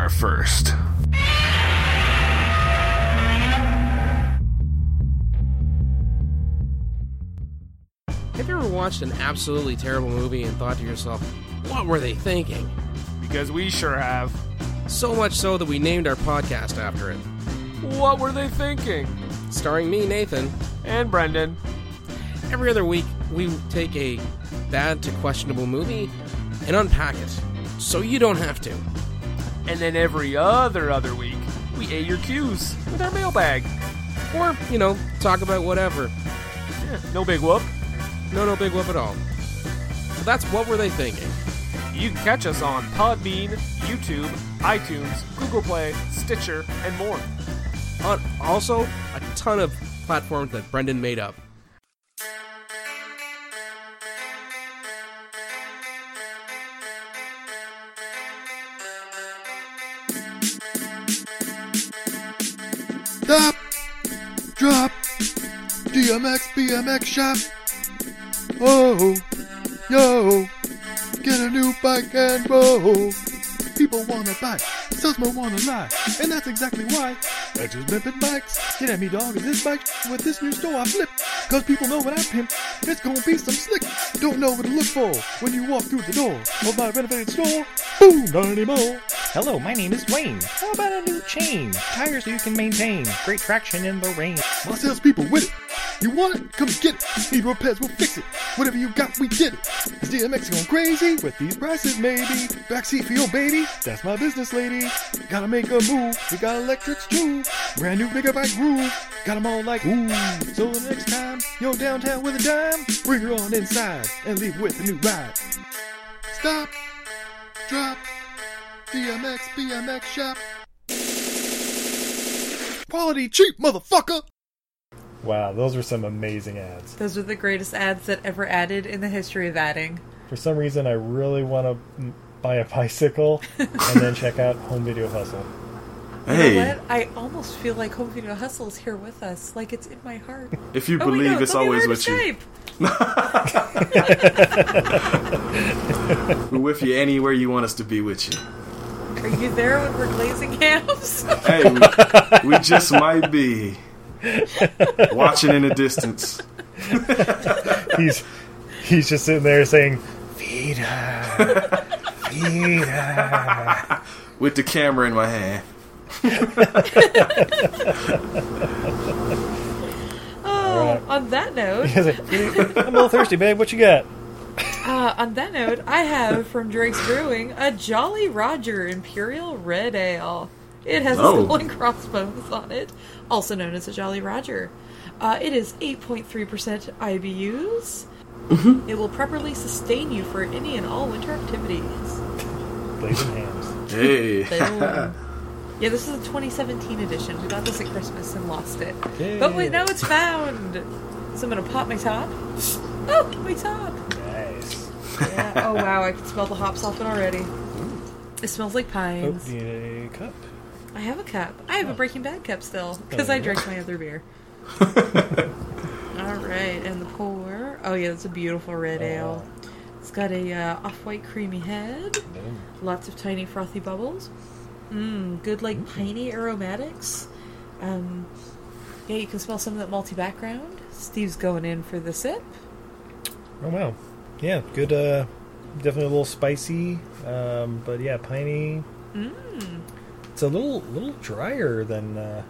S12: first.
S10: Have you ever watched an absolutely terrible movie and thought to yourself, what were they thinking? Because we sure have. So much so that we named our podcast after it.
S13: What were they thinking?
S10: Starring me, Nathan.
S13: And Brendan.
S10: Every other week, we take a bad to questionable movie and unpack it so you don't have to.
S13: And then every other other week, we A your cues with our mailbag.
S10: Or, you know, talk about whatever.
S13: Yeah, no big whoop.
S10: No, no big whoop at all. But that's what were they thinking?
S13: You can catch us on Podbean, YouTube, iTunes, Google Play, Stitcher, and more.
S10: On Uh, also a ton of platforms that Brendan made up.
S3: Stop! Drop! DMX BMX shop! Oh! Yo! Get a new bike and roll! People wanna buy, salesmen wanna lie, and that's exactly why I just pimpin' bikes. Get at me, dog, is this bike with this new store I flip? Cause people know when I pimp, it's gonna be some slick. Don't know what to look for when you walk through the door of my renovated store. Boom, not anymore.
S14: Hello, my name is Wayne. How about a new chain? Tires you can maintain. Great traction in the rain.
S3: My salespeople with it. You want it? Come get it. Need repairs, we'll fix it. Whatever you got, we did it. Is DMX going crazy? With these prices, maybe. Backseat for your baby. That's my business, lady. Gotta make a move. We got electrics too. Brand new megabyte groove. Got 'em all like ooh. So the next time you're downtown with a dime, bring her on inside and leave with a new ride. Stop. Drop. DMX BMX shop. Quality cheap, motherfucker.
S2: Wow, those were some amazing ads.
S5: Those are the greatest ads that ever added in the history of adding.
S2: For some reason, I really want to buy a bicycle and then check out Home Video Hustle.
S5: Hey. You know what? I almost feel like Home Video Hustle is here with us. Like it's in my heart.
S6: If you
S5: Oh, wait,
S6: believe,
S5: no,
S6: it's
S5: let me
S6: always
S5: learn
S6: with
S5: to
S6: you.
S5: type.
S6: We're with you anywhere you want us to be with you.
S5: Are you there when we're glazing hams?
S6: Hey, we, we just might be watching in the distance.
S2: he's he's just sitting there saying, "Feed her, feed her."
S6: with the camera in my hand.
S5: Oh, on that note,
S2: He's like, I'm a little thirsty, babe. What you got?
S5: uh, on that note, I have from Drake's Brewing a Jolly Roger Imperial Red Ale. It has
S15: Oh.
S5: skull and crossbones on it, also known as a Jolly Roger. Uh, it is 8.3% IBUs. It will properly sustain you for any and all winter activities.
S2: Blazing hams.
S6: Hey.
S5: Boom. Yeah, this is a 2017 edition. We got this at Christmas and lost it.
S2: Yay.
S5: But we know it's found. So I'm gonna pop my top. Oh, my top.
S2: Nice.
S5: Yeah. Oh wow, I can smell the hops off it already. It smells like
S2: Oh,
S5: pines.
S2: do you need a cup?
S5: I have a cup. I have a Breaking Bad cup still because
S2: Oh,
S5: I
S2: yeah.
S5: drank my other beer. All right, and the pour. Oh yeah, that's a beautiful red ale. It's got a uh, off-white creamy head. Lots of tiny frothy bubbles. Mmm, good like piney aromatics. Um, yeah, you can smell some of that malty background. Steve's going in for the sip.
S2: Oh wow, yeah, good. Uh, definitely a little spicy, um, but yeah, piney.
S5: Mmm.
S2: It's a little little drier than uh,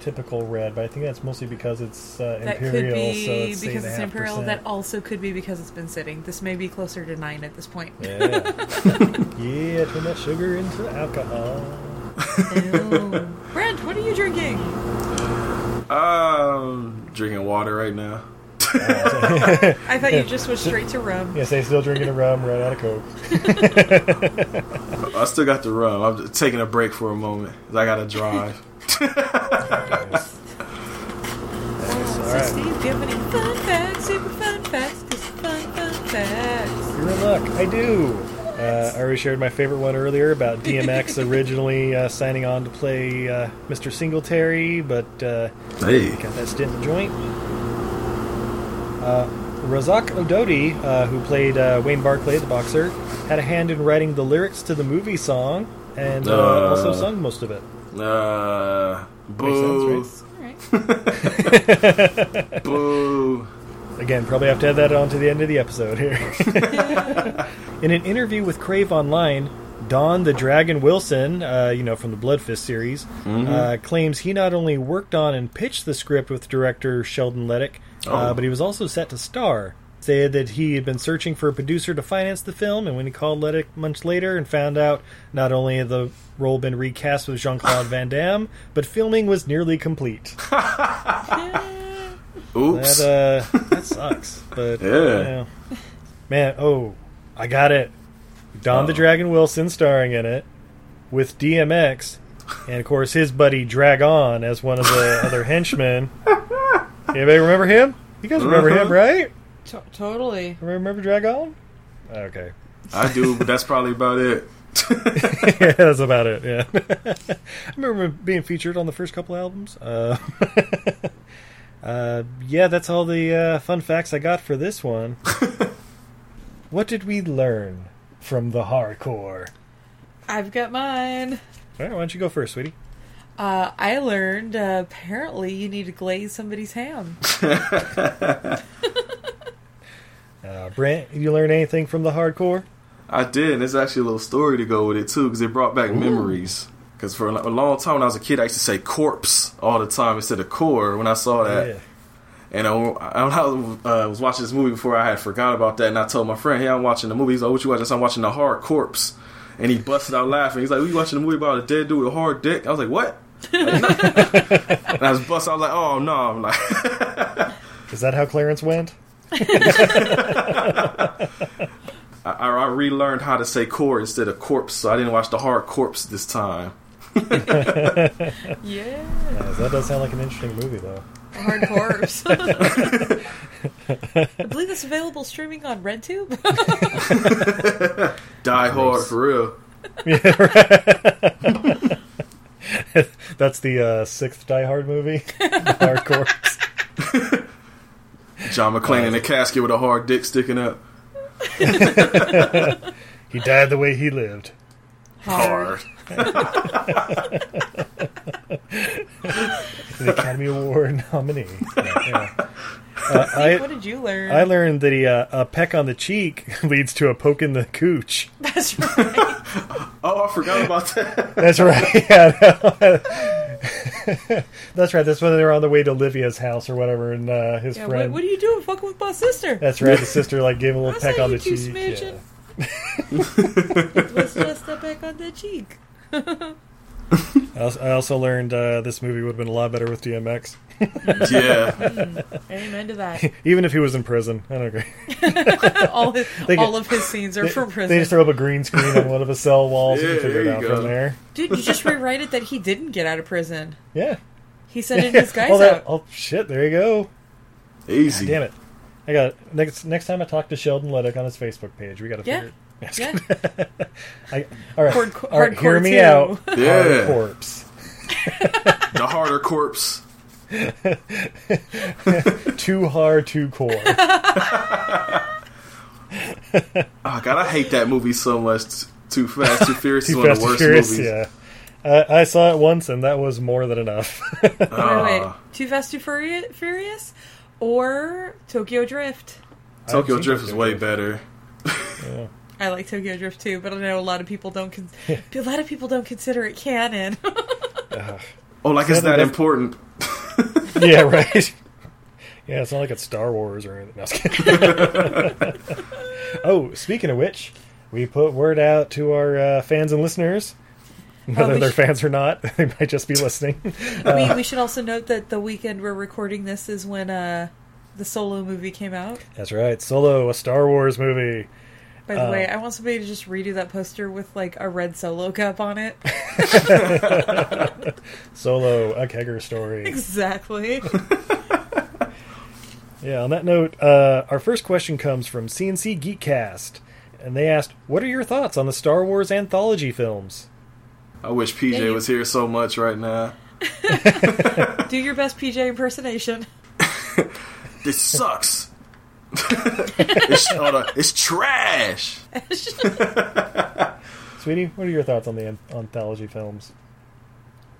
S2: typical red, but I think that's mostly because it's uh,
S5: That could
S2: imperial.
S5: be
S2: so it's
S5: because it's
S2: 8.5%.
S5: imperial. That also could be because it's been sitting. This may be closer to nine at this point.
S2: yeah, yeah. Turn that sugar into alcohol.
S5: Brent, what are you drinking?
S6: Um, drinking water right now.
S5: I thought you just went straight to rum.
S2: Yes, they still drinking a rum, ran out of coke.
S6: I still got the rum. I'm just taking a break for a moment. 'cause I got to drive.
S5: So, Steve, do you have any fun facts? Super fun facts, 'cause fun, fun facts.
S2: You're in luck. I do. Uh, I already shared my favorite one earlier about DMX originally uh, signing on to play uh, Mr. Singletary, but uh,
S6: Hey.
S2: got that stint in the joint. Uh, Razak Ododi, uh, who played uh, Wayne Barclay, the boxer, had a hand in writing the lyrics to the movie song and uh,
S6: Uh.
S2: also sung most of it.
S6: Uh, boo.
S2: Makes Boo. Again, probably have to add that on to the end of the episode here. in an interview with Crave Online, Don the Dragon Wilson, uh, you know, from the Blood Fist series,
S6: Mhm.
S2: uh, claims he not only worked on and pitched the script with director Sheldon Leddick, uh,
S6: Oh.
S2: but he was also set to star. Said that he had been searching for a producer to finance the film, and when he called Leddick months later and found out not only had the role been recast with Jean Claude Van Damme, but filming was nearly complete.
S6: Oops.
S2: That, uh, that sucks. But
S6: Yeah.
S2: yeah. man, oh, I got it. Don the Dragon Wilson starring in it with DMX, and of course his buddy Dragon as one of the other henchmen. Anybody remember him? You guys remember him,
S6: Uh-huh.
S2: right?
S5: To- totally.
S2: Remember Dragon? Okay.
S6: I do, but that's probably about it.
S2: yeah, that's about it. Yeah, I remember being featured on the first couple albums. Uh, uh, yeah, that's all the uh, fun facts I got for this one. what did we learn from the hardcore?
S5: I've got mine.
S2: All right, why don't you go first, sweetie?
S5: Uh, I learned uh, apparently you need to glaze somebody's ham.
S2: Uh, Brent, you learn anything from the hardcore?
S6: I did, and there's actually a little story to go with it too, because it brought back memories. Because for a lo- a long time when I was a kid, I used to say corpse all the time instead of core when I saw that.
S2: Yeah.
S6: And I, I, I uh, was watching this movie before I had forgot about that, and I told my friend, "Hey, I'm watching the movie." He's like, "What you watching?" I said, "I'm watching the hard corpse," and he busted out laughing. He's like, "We watching a movie about a dead dude with a hard dick?" I was like, "What?" Like, no. and I was busted. I was like, "Oh no!" I'm like,
S2: Is that how Clarence went?
S6: I, I I relearned how to say core instead of corpse, so I didn't watch the hard corpse this time.
S5: yeah.
S2: Uh, that does sound like an interesting movie, though.
S5: Hard corpse. I believe it's available streaming on RedTube.
S6: Die hard for real.
S2: Yeah, right. That's the uh, sixth Die Hard movie. The hardcore.
S6: John McClane in a casket with a hard dick sticking up.
S2: he died the way he lived.
S6: Hard.
S2: the Academy Award nominee. Yeah. Uh,
S5: Zeke, what did you learn?
S2: I learned that he, uh, a peck on the cheek leads to a poke in the cooch.
S5: That's right.
S6: Oh, I forgot about that.
S2: That's right. Yeah, I know. That's right. That's when they were on the way to Olivia's house or whatever, and uh, his
S5: Yeah, what,
S2: friend.
S5: what are you doing fucking with my sister?
S2: That's right. The sister like gave him
S5: I
S2: a little
S5: saw
S2: peck on
S5: you
S2: the
S5: two
S2: cheek. yeah.
S5: smidgen. it was just a peck on the cheek.
S2: I als- I also learned uh, this movie would have been a lot better with DMX.
S5: Yeah. Amen to that.
S2: Even if he was in prison, I don't agree.
S5: All his-
S2: They
S5: all of his scenes are
S2: they-
S5: from prison.
S2: They just throw up a green screen on one of his cell walls and
S6: Yeah,
S2: you figure it
S6: there
S2: out
S6: you
S2: from
S6: go.
S2: there.
S5: Dude, you just rewrite it that he didn't get out of prison.
S2: Yeah.
S5: He sent in his guys
S2: All that-
S5: out.
S2: Oh shit! There you go.
S6: Easy.
S2: Damn it! I got it. next. Next time I talk to Sheldon Leddick on his Facebook page, we got to
S5: Yeah.
S2: figure. Yes.
S5: Yeah.
S2: I, all right.
S5: Hardco-
S2: all right.
S5: hardcore
S2: Hear me
S5: too.
S2: out.
S6: Yeah.
S2: Hard corpse.
S6: The harder corpse.
S2: too hard, too core.
S6: Oh God, I hate that movie so much. T- Too Fast, Too Furious is
S2: too
S6: one of
S2: fast,
S6: the
S2: too
S6: worst
S2: furious.
S6: movies.
S2: Yeah. Uh, I, I saw it once, and that was more than enough.
S5: wait, wait. Too Fast, Too Furi- Furious or Tokyo Drift?
S6: Tokyo
S2: I've seen
S6: Drift is way better.
S5: I like Tokyo Drift too, but I know a lot of people don't. Con- a lot of people don't consider it canon.
S6: Oh, like it's
S2: Sadly,
S6: that
S2: that's-
S6: important.
S2: yeah, right. Yeah, it's not like it's Star Wars or anything. No, I was kidding. oh, speaking of which, we put word out to our uh, fans and listeners, whether
S5: Oh, we
S2: they're
S5: sh-
S2: fans or not, they might just be listening. Uh,
S5: we, we should also note that the weekend we're recording this is when uh, the solo movie came out.
S2: That's right, Solo, a Star Wars movie.
S5: By the
S2: Uh,
S5: way, I want somebody to just redo that poster with like a red solo cup on it.
S2: Solo, a kegger story.
S5: exactly.
S2: Yeah, on that note, uh, our first question comes from CNC Geekcast, and they asked, What are your thoughts on the Star Wars anthology films?
S6: I wish PJ
S5: Yeah, you-
S6: was here so much right now.
S5: Do your best PJ impersonation.
S6: This sucks. it's, hold on, it's trash.
S2: Sweetie, what are your thoughts on the an- anthology films?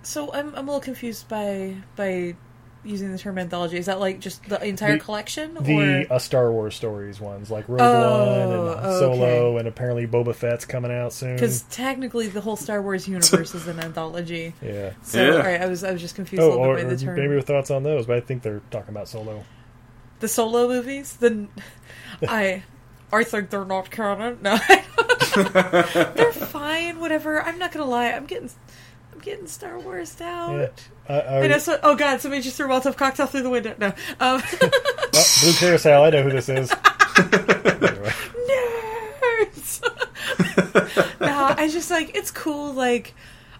S5: So I'm I'm a little confused by by using the term anthology. Is that like just the entire
S2: The-
S5: collection
S2: The
S5: or
S2: uh, Star Wars stories ones, like Rogue
S5: Oh,
S2: One and uh,
S5: okay.
S2: Solo, and apparently Boba Fett's coming out soon.
S5: because technically the whole Star Wars universe is an anthology.
S2: Yeah.
S5: So
S2: Yeah.
S5: all right, I was I was just confused a
S2: Oh,
S5: little
S2: or,
S5: bit by
S2: or
S5: the term.
S2: maybe your thoughts on those, but I think they're talking about Solo.
S5: The solo movies? Then I I think they're not canon. No, I don't. they're fine. Whatever. I'm not gonna lie. I'm getting I'm getting Star Wars down.
S2: Yeah. I, I,
S5: I know. So, oh God! Somebody just threw Molotov cocktail through the window. No. Um,
S2: Oh, Blue Carousel, I know who this is.
S5: nerds. no, I just like it's cool. Like,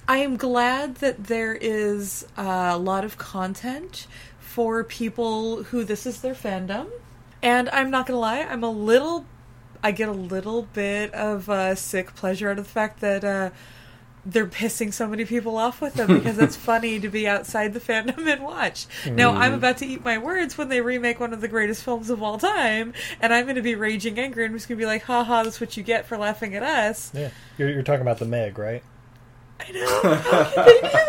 S5: I am glad that there is uh, a lot of content for people who this is their fandom, and I'm not gonna lie, I'm a little. I get a little bit of uh, sick pleasure out of the fact that uh, they're pissing so many people off with them because it's funny to be outside the fandom and watch. Now I'm
S16: Mhm.
S5: about to eat my words when they remake one of the greatest films of all time, and I'm going to be raging angry and I'm just going to be like, "Ha ha! That's what you get for laughing at us."
S2: Yeah. You're, you're talking about the Meg, right?
S5: I know.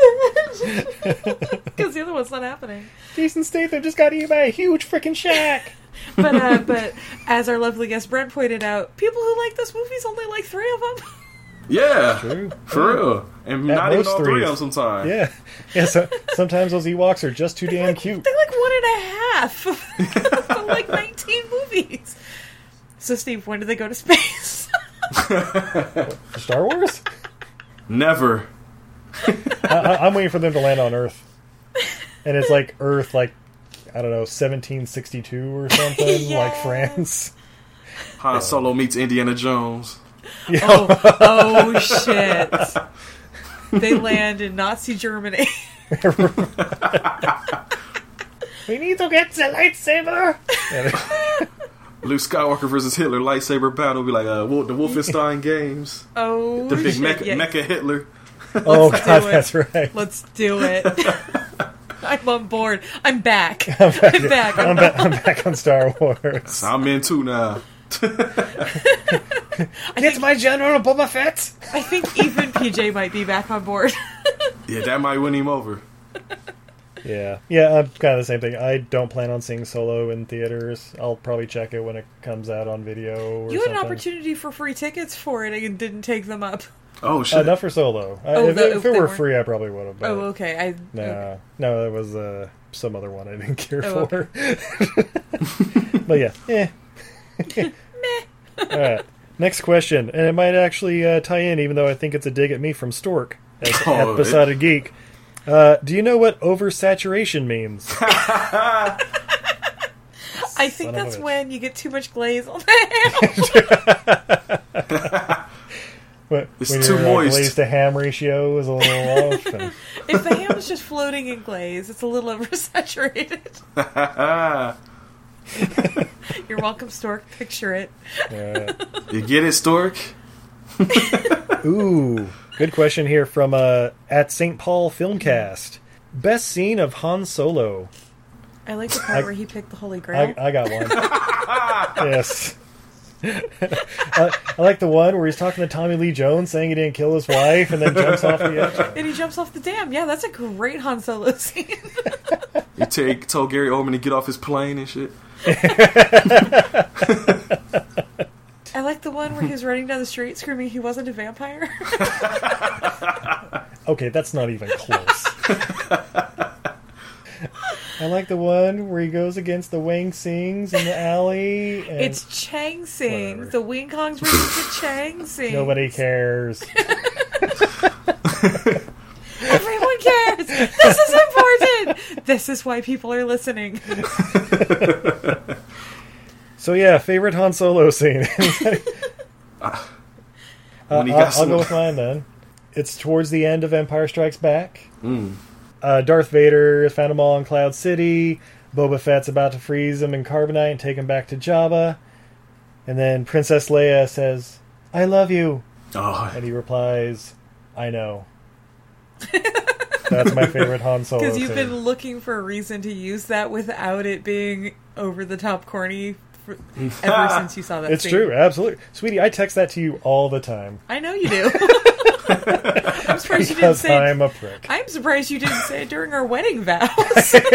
S5: Because the other one's not happening.
S14: Jason Statham just got eaten by a huge freaking shack.
S5: But uh, but as our lovely guest Brent pointed out, people who like this movie's only like three of them.
S6: Yeah, for real, and
S2: At
S6: not even
S2: most
S6: all three
S2: threes.
S6: of them sometimes.
S2: Yeah. Yeah, so, sometimes those Ewoks are just too damn cute.
S5: They're like one and a half. They're like 19 movies. So, Steve, when do they go to space?
S2: Star Wars?
S6: Never.
S2: I, I, I'm waiting for them to land on Earth. And it's like Earth, like, I don't know, 1762 or something, like France.
S6: Han Solo meets Indiana Jones.
S5: Oh, oh shit. They land in Nazi Germany.
S14: we need to get the lightsaber.
S6: Luke Skywalker versus Hitler lightsaber battle. Be like uh, Wol- the Wolfenstein games.
S5: Oh,
S6: The big
S5: shit,
S6: mecha,
S5: yes.
S6: mecha Hitler.
S2: Oh,
S5: Let's
S2: God,
S5: do it.
S2: that's right.
S5: Let's do it. I'm on board. I'm back.
S2: I'm back,
S5: I'm back.
S2: I'm, back, I'm back on Star Wars.
S6: I'm in too now.
S14: Get my General Boba Fett.
S5: I think even PJ might be back on board.
S6: Yeah, that might win him over.
S2: Yeah. Yeah, I'm kind of the same thing. I don't plan on seeing Solo in theaters. I'll probably check it when it comes out on video or
S5: you had an
S2: something.
S5: opportunity for free tickets for it and didn't take them up.
S6: Oh, shit.
S2: Uh, not for Solo. I-
S5: Oh,
S2: if,
S5: the- if
S2: if it
S5: they
S2: were
S5: weren't-
S2: free, I probably would have.
S5: Oh, okay. I
S2: No, no, it was uh, some other one I didn't care
S5: Oh,
S2: for. but yeah, eh. All right. Next question, and it might actually uh, tie in, even though I think it's a dig at me from Stork at,
S6: Oh,
S2: at
S6: it-
S2: Besotted Geek. Uh, do you know what oversaturation means?
S5: I think
S2: Son of a
S5: that's
S2: bitch.
S5: when you get too much glaze on the
S2: When-
S6: It's
S2: when
S6: too
S2: your, uh,
S6: moist.
S2: glaze to ham ratio is a little off. and-
S5: ham. if the ham is just floating in glaze, it's a little oversaturated.
S6: you
S5: You're welcome, Stork. Picture it.
S6: get it, Stork?
S2: Ooh, good question here from uh, at St. Paul Filmcast. Best scene of Han Solo.
S5: I like the part
S2: I-
S5: where he picked the Holy Grail.
S2: I, I got one. yes. I, I like the one where he's talking to Tommy Lee Jones, saying he didn't kill his wife, and then jumps off the edge.
S5: and he jumps off the dam. Yeah, that's a great Han Solo scene.
S6: You take told Gary Oldman to get off his plane and shit.
S5: I like the one where he was running down the street screaming he wasn't a vampire.
S2: Okay, that's not even close. I like the one where he goes against the Wang Sings in the alley. And
S5: it's Chang Sing. The Wing Kong's version to Chang Sing.
S2: nobody cares.
S5: Everyone cares. This is important. This is why people are listening.
S2: So yeah, favorite Han Solo scene. Uh,
S6: When he
S2: I'll,
S6: got
S2: I'll go
S6: some-
S2: with mine then. It's towards the end of Empire Strikes Back.
S6: Mm.
S2: Uh, Darth Vader found them all in Cloud City. Boba Fett's about to freeze him in carbonite and take him back to Jabba. And then Princess Leia says, "I love you,"
S6: Oh.
S2: and he replies, "I know." That's my favorite Han Solo.
S5: Because you've
S2: scene.
S5: been looking for a reason to use that without it being over the top corny for, ever since you saw that.
S2: It's
S5: scene.
S2: true, absolutely, sweetie. I text that to you all the time.
S5: I know you do. I'm surprised you didn't
S2: Because
S5: say.
S2: I'm a prick.
S5: I'm surprised you didn't say it during our wedding vows.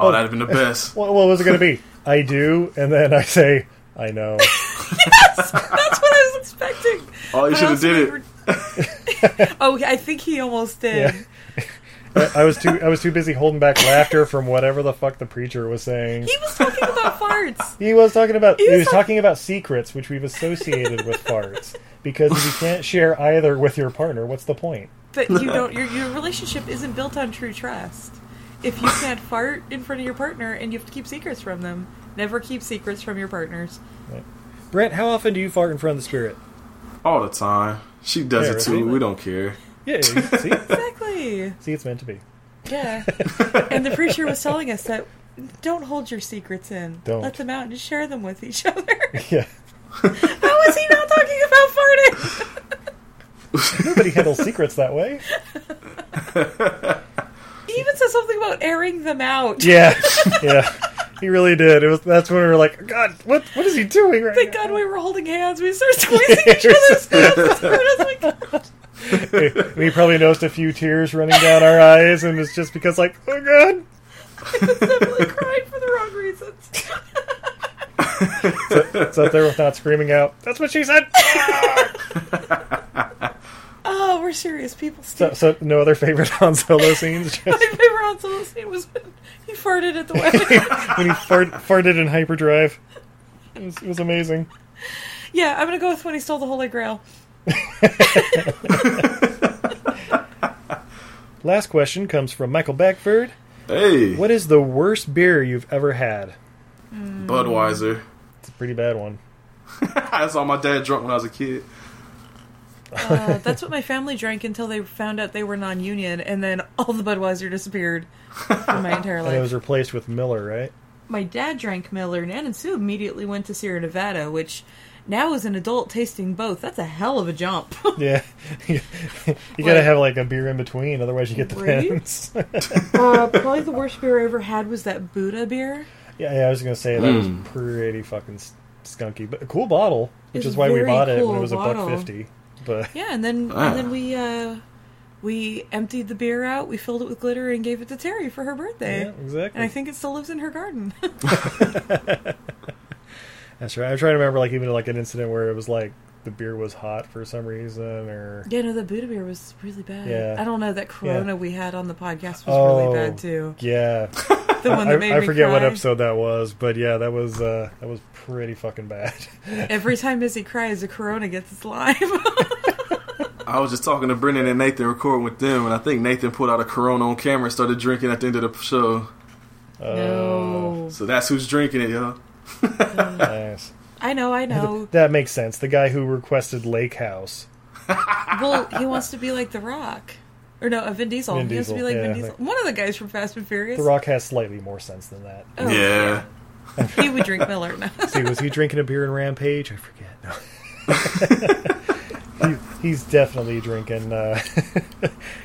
S6: Oh, that'd have been the best.
S2: What, what was it going to be? I do, and then I say, "I know."
S5: That's what I was expecting.
S2: Oh, you
S5: But I
S2: should've
S5: also
S2: did
S5: remembered- oh, I think he almost did.
S2: I I was too I was too busy holding back laughter from whatever the fuck the preacher was saying.
S5: He was talking about farts.
S2: He was talking about
S5: He
S2: he
S5: was
S2: was,
S5: talk-
S2: talking about secrets which we've associated with farts because if you can't share either with your partner, what's the point?
S5: But you don't. Your your relationship isn't built on true trust. If you can't fart in front of your partner and you have to keep secrets from them, never keep secrets from your partners.
S2: Brent, how often do you fart in front of the spirit?
S6: All the time. She does
S2: Yeah,
S6: it
S2: right.
S6: too. We don't care.
S2: Yeah, see?
S5: exactly.
S2: See, it's meant to be.
S5: Yeah. And the preacher was telling us that don't hold your secrets in.
S2: Don't.
S5: Let them out and share them with each other.
S2: Yeah.
S5: How is he not talking about farting?
S2: Nobody handles secrets that way.
S5: He even said something about airing them out.
S2: Yeah, yeah. He really did. It was that's when we were like, God, what what is he doing right
S5: Thank God we were holding hands. We started squeezing each other's hands. It was like,
S2: now? We probably noticed a few tears running down our eyes, and it's just because like, oh God.
S5: definitely cried for the wrong reasons.
S2: It's up there with not screaming out. That's what she said.
S5: oh, we're serious people.
S2: So, so no other favorite Han Solo scenes. Just
S5: My favorite Han Solo scene was when he farted at the wedding.
S2: when he fart, farted in hyperdrive. It was, it was amazing.
S5: yeah, I'm gonna go with when he stole the Holy Grail.
S2: Last question comes from Michael Beckford.
S6: Hey.
S2: What is the worst beer you've ever had?
S6: Budweiser.
S2: It's a pretty bad one.
S6: That's all my dad drunk when I was a kid.
S5: Uh, that's what my family drank until they found out they were non-union, and then all the Budweiser disappeared from my entire
S2: And it
S5: life.
S2: was replaced with Miller, right?
S5: My dad drank Miller, and Ann and Sue immediately went to Sierra Nevada, which now as an adult tasting both, that's a hell of a jump.
S2: Yeah. you gotta have like a beer in between, otherwise you get the
S5: Right?
S2: pins.
S5: uh, probably the worst beer I ever had was that Buddha beer.
S2: yeah, yeah, I was gonna say that
S6: Mm.
S2: was pretty fucking s- skunky, but a cool bottle, which
S5: It's
S2: is why we
S5: very
S2: bought it when
S5: cool
S2: it was a
S5: bottle.
S2: buck fifty. But
S5: Yeah, and then
S2: Ah.
S5: and then we uh, we emptied the beer out, we filled it with glitter, and gave it to Terry for her birthday.
S2: Yeah, exactly.
S5: And I think it still lives in her garden.
S2: That's right. I'm trying to remember, like even like an incident where it was like the beer was hot for some reason, or
S5: yeah, no, the Buddha beer was really bad.
S2: Yeah.
S5: I don't know that
S2: Yeah.
S5: Corona we had on the podcast was
S2: Oh,
S5: really bad too.
S2: Yeah,
S5: The one that
S2: I,
S5: made
S2: I
S5: me
S2: forget what
S5: cry.
S2: episode that was, but yeah, that was uh, that was pretty fucking bad.
S5: Every time Izzy cries, the Corona gets its live.
S6: I was just talking to Brendan and Nathan recording with them, and I think Nathan pulled out a Corona on camera and started drinking at the end of the show.
S5: No.
S6: So that's who's drinking it, y'all.
S2: nice.
S5: I know, I know.
S2: That makes sense. The guy who requested Lake House.
S5: well, he wants to be like The Rock. Or no, uh, Vin Diesel.
S2: Vin
S5: he wants to be
S2: Diesel,
S5: like Vin
S2: yeah.
S5: Diesel. One of the guys from Fast and Furious.
S2: The Rock has slightly more sense than that.
S5: Oh, Yeah. He would drink Miller now.
S2: See, was he drinking a beer in Rampage? I forget. No. he, he's definitely drinking uh,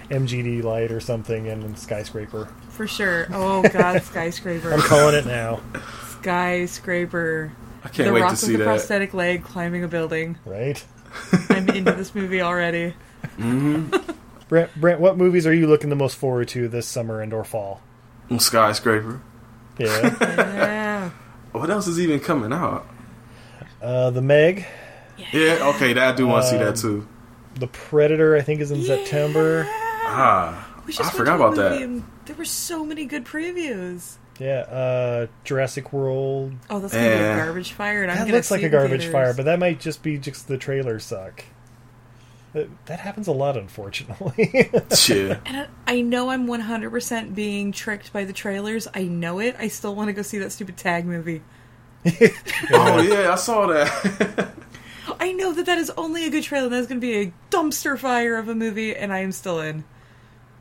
S2: MGD Light or something and Skyscraper.
S5: For sure. Oh, God, Skyscraper.
S2: I'm calling it now.
S5: Skyscraper. I
S2: can't
S5: the
S2: wait
S5: Rock
S2: to
S5: with
S2: see
S5: the
S2: that.
S5: prosthetic leg climbing a building.
S2: Right.
S5: I'm into this movie already.
S2: Brent, Brent, what movies are you looking the most forward to this summer and or fall?
S6: Mm, Skyscraper. Oh,
S2: Yeah.
S5: Yeah.
S6: What else is even coming out?
S2: uh, the Meg.
S6: Yeah, okay, that I do want to see that too.
S2: The Predator, I think, is in September.
S6: Ah,
S5: We
S6: I
S5: just
S6: forgot
S5: went
S6: about
S5: to a
S6: that.
S5: movie And there were so many good previews.
S2: Yeah, uh, Jurassic World.
S5: Oh, that's gonna be a garbage fire, and I'm
S2: that
S5: gonna
S2: looks like
S5: see
S2: a
S5: it in
S2: garbage
S5: theaters.
S2: fire, but that might just be just the trailers suck. That, that happens a lot, unfortunately.
S6: Yeah.
S5: And I, I know I'm 100% being tricked by the trailers. I know it. I still want to go see that stupid tag movie.
S6: oh yeah, I saw that.
S5: I know that that is only a good trailer. and That's going to be a dumpster fire of a movie, and I am still in.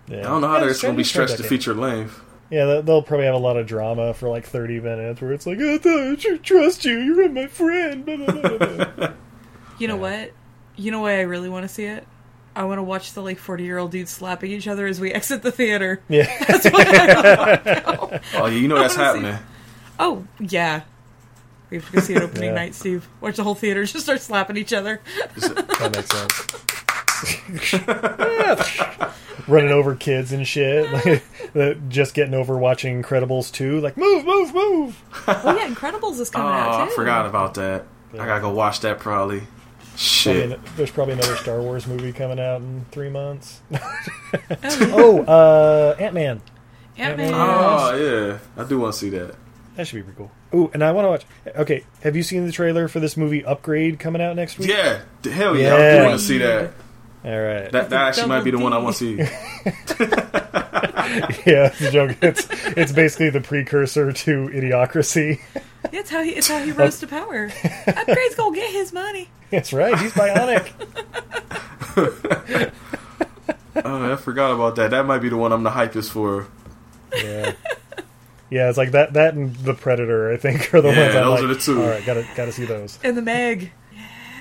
S6: I don't know how
S2: Yeah,
S6: that's going to be
S2: Stranger's
S6: stretched to
S2: Paradise.
S6: feature length.
S2: Yeah, they- they'll probably have a lot of drama for like 30 minutes where it's like, I thought I trust you, you're my friend. blah, blah, blah, blah, blah."
S5: You know what? You know why I really want to see it? I want to watch the like forty year old dudes slapping each other as we exit the theater.
S2: Yeah.
S5: that's what I want.
S6: Oh, yeah, you know
S5: I
S6: that's
S5: wanna see-
S6: happening.
S5: Oh yeah, we have to go see it opening
S6: Yeah.
S5: night, Steve. Watch the whole theater just start slapping each other.
S2: that makes Running over kids and shit. Like, that- just getting over watching Incredibles 2. Like, move, move, move.
S5: oh yeah, Incredibles is
S6: Oh,
S5: coming out
S6: I
S5: too.
S6: forgot about that. I gotta go watch that probably. Shit.
S2: Probably an- there's probably another Star Wars movie coming out in three months. oh, uh, Ant Man.
S5: Ant-Man.
S6: Oh yeah, I do want to see that.
S2: That should be pretty cool. Ooh, and I want to watch. Okay, have you seen the trailer for this movie Upgrade coming out next week?
S6: Yeah, d- hell yeah, I do want to see that.
S2: All right,
S6: That, that actually might be the one I want to see.
S2: yeah, it's a joke. It's it's basically the precursor to Idiocracy.
S5: Yeah, it's how he it's how he rose to power. Upgrade's gonna get his money.
S2: That's right. He's bionic.
S6: oh, I forgot about that. That might be the one I'm the hypest for.
S2: Yeah. Yeah, it's like that. That and the Predator, I think, are the
S6: Yeah,
S2: ones. I'm
S6: those
S2: like,
S6: are the two.
S2: All right, gotta gotta see those.
S5: And the Meg.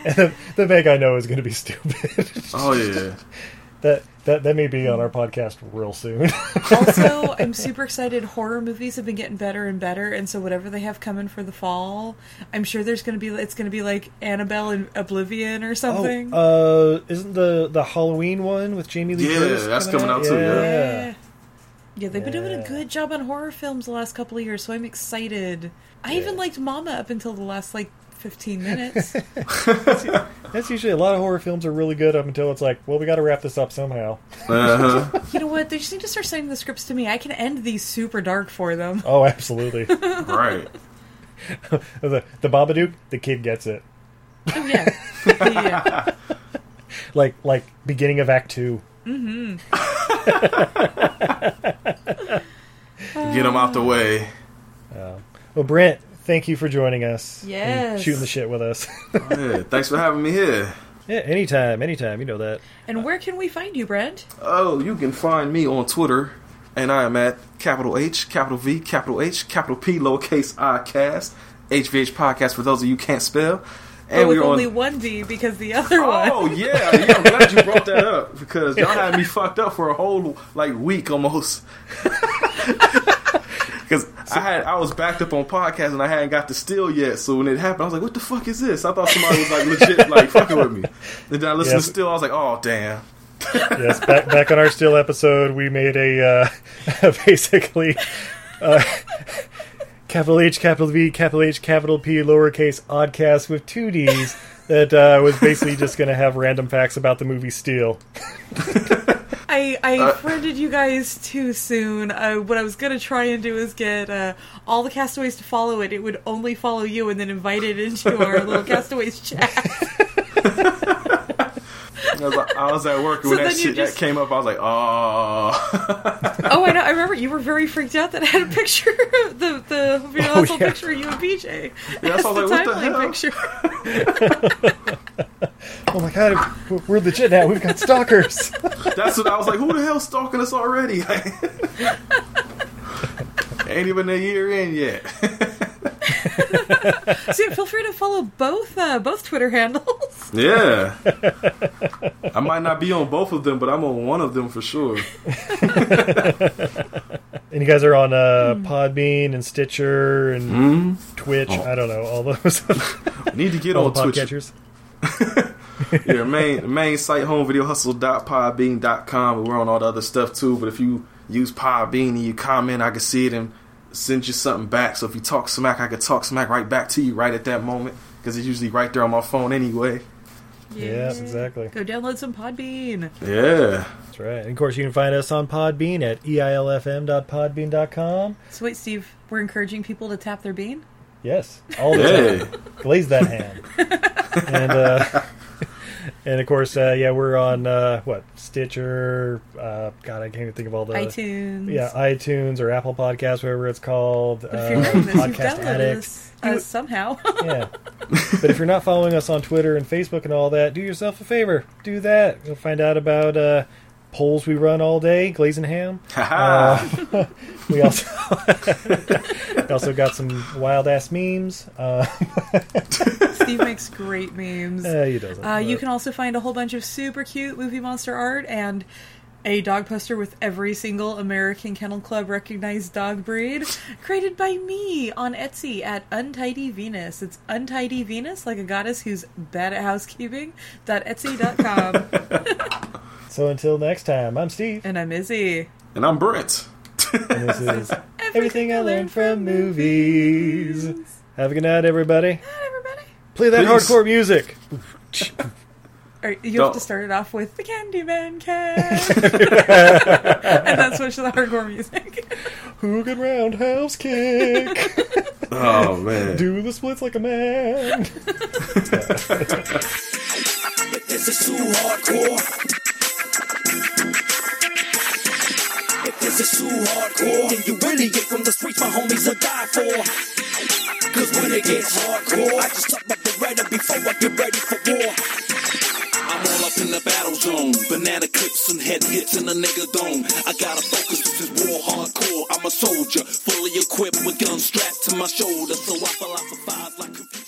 S2: And the, the Meg I know is going to be stupid.
S6: Oh yeah.
S2: that that that may be on our podcast real soon.
S5: also, I'm super excited. Horror movies have been getting better and better, and so whatever they have coming for the fall, I'm sure there's going to be it's going to be like Annabelle and Oblivion or something.
S2: Oh, uh, isn't the the Halloween one with Jamie Lee
S6: Yeah,
S2: Curtis?
S6: that's coming out too, yeah.
S5: yeah. Yeah, they've been doing a good job on horror films the last couple of years, so I'm excited. I even liked Mama up until the last like 15 minutes.
S2: That's usually a lot of horror films are really good up until it's like, well, we got to wrap this up somehow.
S6: Uh-huh.
S5: you know what? They just need to start sending the scripts to me. I can end these super dark for them.
S2: oh, absolutely.
S6: right.
S2: the the Babadook, the kid gets it.
S5: Oh, yeah. yeah.
S2: Like like beginning of Act Two.
S5: Mm-hmm.
S6: Get them out the way.
S2: Well, Brent, thank you for joining us. and
S5: Yes.
S2: shooting the shit with us.
S6: Yeah, thanks for having me here.
S2: yeah, anytime, anytime. You know that.
S5: And where can we find you, Brent?
S6: Oh, you can find me on Twitter, and I am at capital H, capital V, capital H, capital P, lowercase i cast, HVH podcast for those of you who can't spell.
S5: And
S6: And
S5: Oh, with
S6: we're
S5: only
S6: on.
S5: one D because the other one.
S6: Oh yeah, yeah, I'm glad you brought that up because y'all had me fucked up for a whole like week almost. Because I had I was backed up on podcasts and I hadn't got the steal yet. So when it happened, I was like, "What the fuck is this?" I thought somebody was like legit like fucking with me. And then I listened
S2: Yes.
S6: to still, I was like, "Oh damn."
S2: yes, back back on our still episode, we made a uh, basically uh, capital H, capital V, capital H, capital P, lowercase oddcast with two D's that uh, was basically just going to have random facts about the movie Steel.
S5: I I
S2: Uh,
S5: friended you guys too soon. Uh, what I was gonna try and do is get uh, all the castaways to follow it. It would only follow you, and then invite it into our little castaways chat.
S6: I was, I was at work
S5: So
S6: and when that
S5: then you
S6: shit
S5: just-
S6: that came up. I was like, "Oh."
S5: oh, I know. I remember you were very freaked out that I had a picture of the the you know,
S6: Oh,
S5: that's a
S6: yeah.
S5: picture of you and BJ.
S6: Yeah,
S5: as
S6: so I was like, what the
S5: timeline
S6: hell?
S5: picture.
S2: Oh my god, we're- we're legit now. We've got stalkers.
S6: That's what I was like. Who the hell's stalking us already? Ain't even a year in yet.
S5: so yeah, feel free to follow both uh, both Twitter handles.
S6: Yeah. I might not be on both of them, but I'm on one of them for sure.
S2: And you guys are on uh,
S5: Hmm.
S2: Podbean and Stitcher and Twitch. I don't know all those.
S6: Need to get
S2: All
S6: on
S2: the
S6: Twitch.
S2: podcatchers.
S6: Your main main site homevideohustle.podbean.com. We're on all the other stuff too, but if you use Podbean and you comment, I can see it and send you something back. So if you talk smack, I could talk smack right back to you right at that moment because it's usually right there on my phone anyway.
S2: Yes, exactly.
S5: Go download some Podbean.
S6: Yeah.
S2: That's right. And of course, you can find us on Podbean at E eilfm.podbean.com.
S5: So wait, Steve, we're encouraging people to tap their bean.
S2: Yes, all the time. Glaze that ham. and uh, And of course, uh, yeah, we're on uh, what Stitcher. Uh, God, I can't even think of all the
S5: iTunes.
S2: Yeah, iTunes or Apple Podcasts, whatever it's called. uh,
S5: But if you're hearing this, you've
S2: Podcast
S5: downloaded
S2: Addict.
S5: this uh, somehow.
S2: Yeah. but if you're not following us on Twitter and Facebook and all that, do yourself a favor. Do that. You'll find out about uh, polls we run all day, glazing ham. Uh, we also we also got some wild ass memes. Uh,
S5: Steve makes great memes.
S2: Uh, he doesn't,
S5: Uh, you
S2: but-
S5: can also find a whole bunch of super cute movie monster art and a dog poster with every single American Kennel Club recognized dog breed created by me on Etsy at Untidy Venus. It's Untidy Venus, like a goddess who's bad at housekeeping. dot Etsy.com.
S2: so until next time, I'm Steve.
S5: and I'm Izzy.
S6: And I'm Brent.
S2: And this is everything I learned from movies. Have a good night, everybody. Play that
S6: Peace.
S2: hardcore music.
S5: All right, you
S2: Don't-
S5: have to start it off with the Candyman can, and then switch to the hardcore music.
S2: Who can roundhouse kick?
S6: Oh, man.
S2: Do the splits like a man.
S16: This is too hardcore. If this is too hardcore, then you really get from the streets my homies will die for. Cause when it gets hardcore, I just tuck my beretta before I get ready for war. I'm all up in the battle zone. Banana clips and head hits in the nigga dome. I gotta focus, this is war hardcore. I'm a soldier, fully equipped with guns strapped to my shoulder. So I fell out for five like.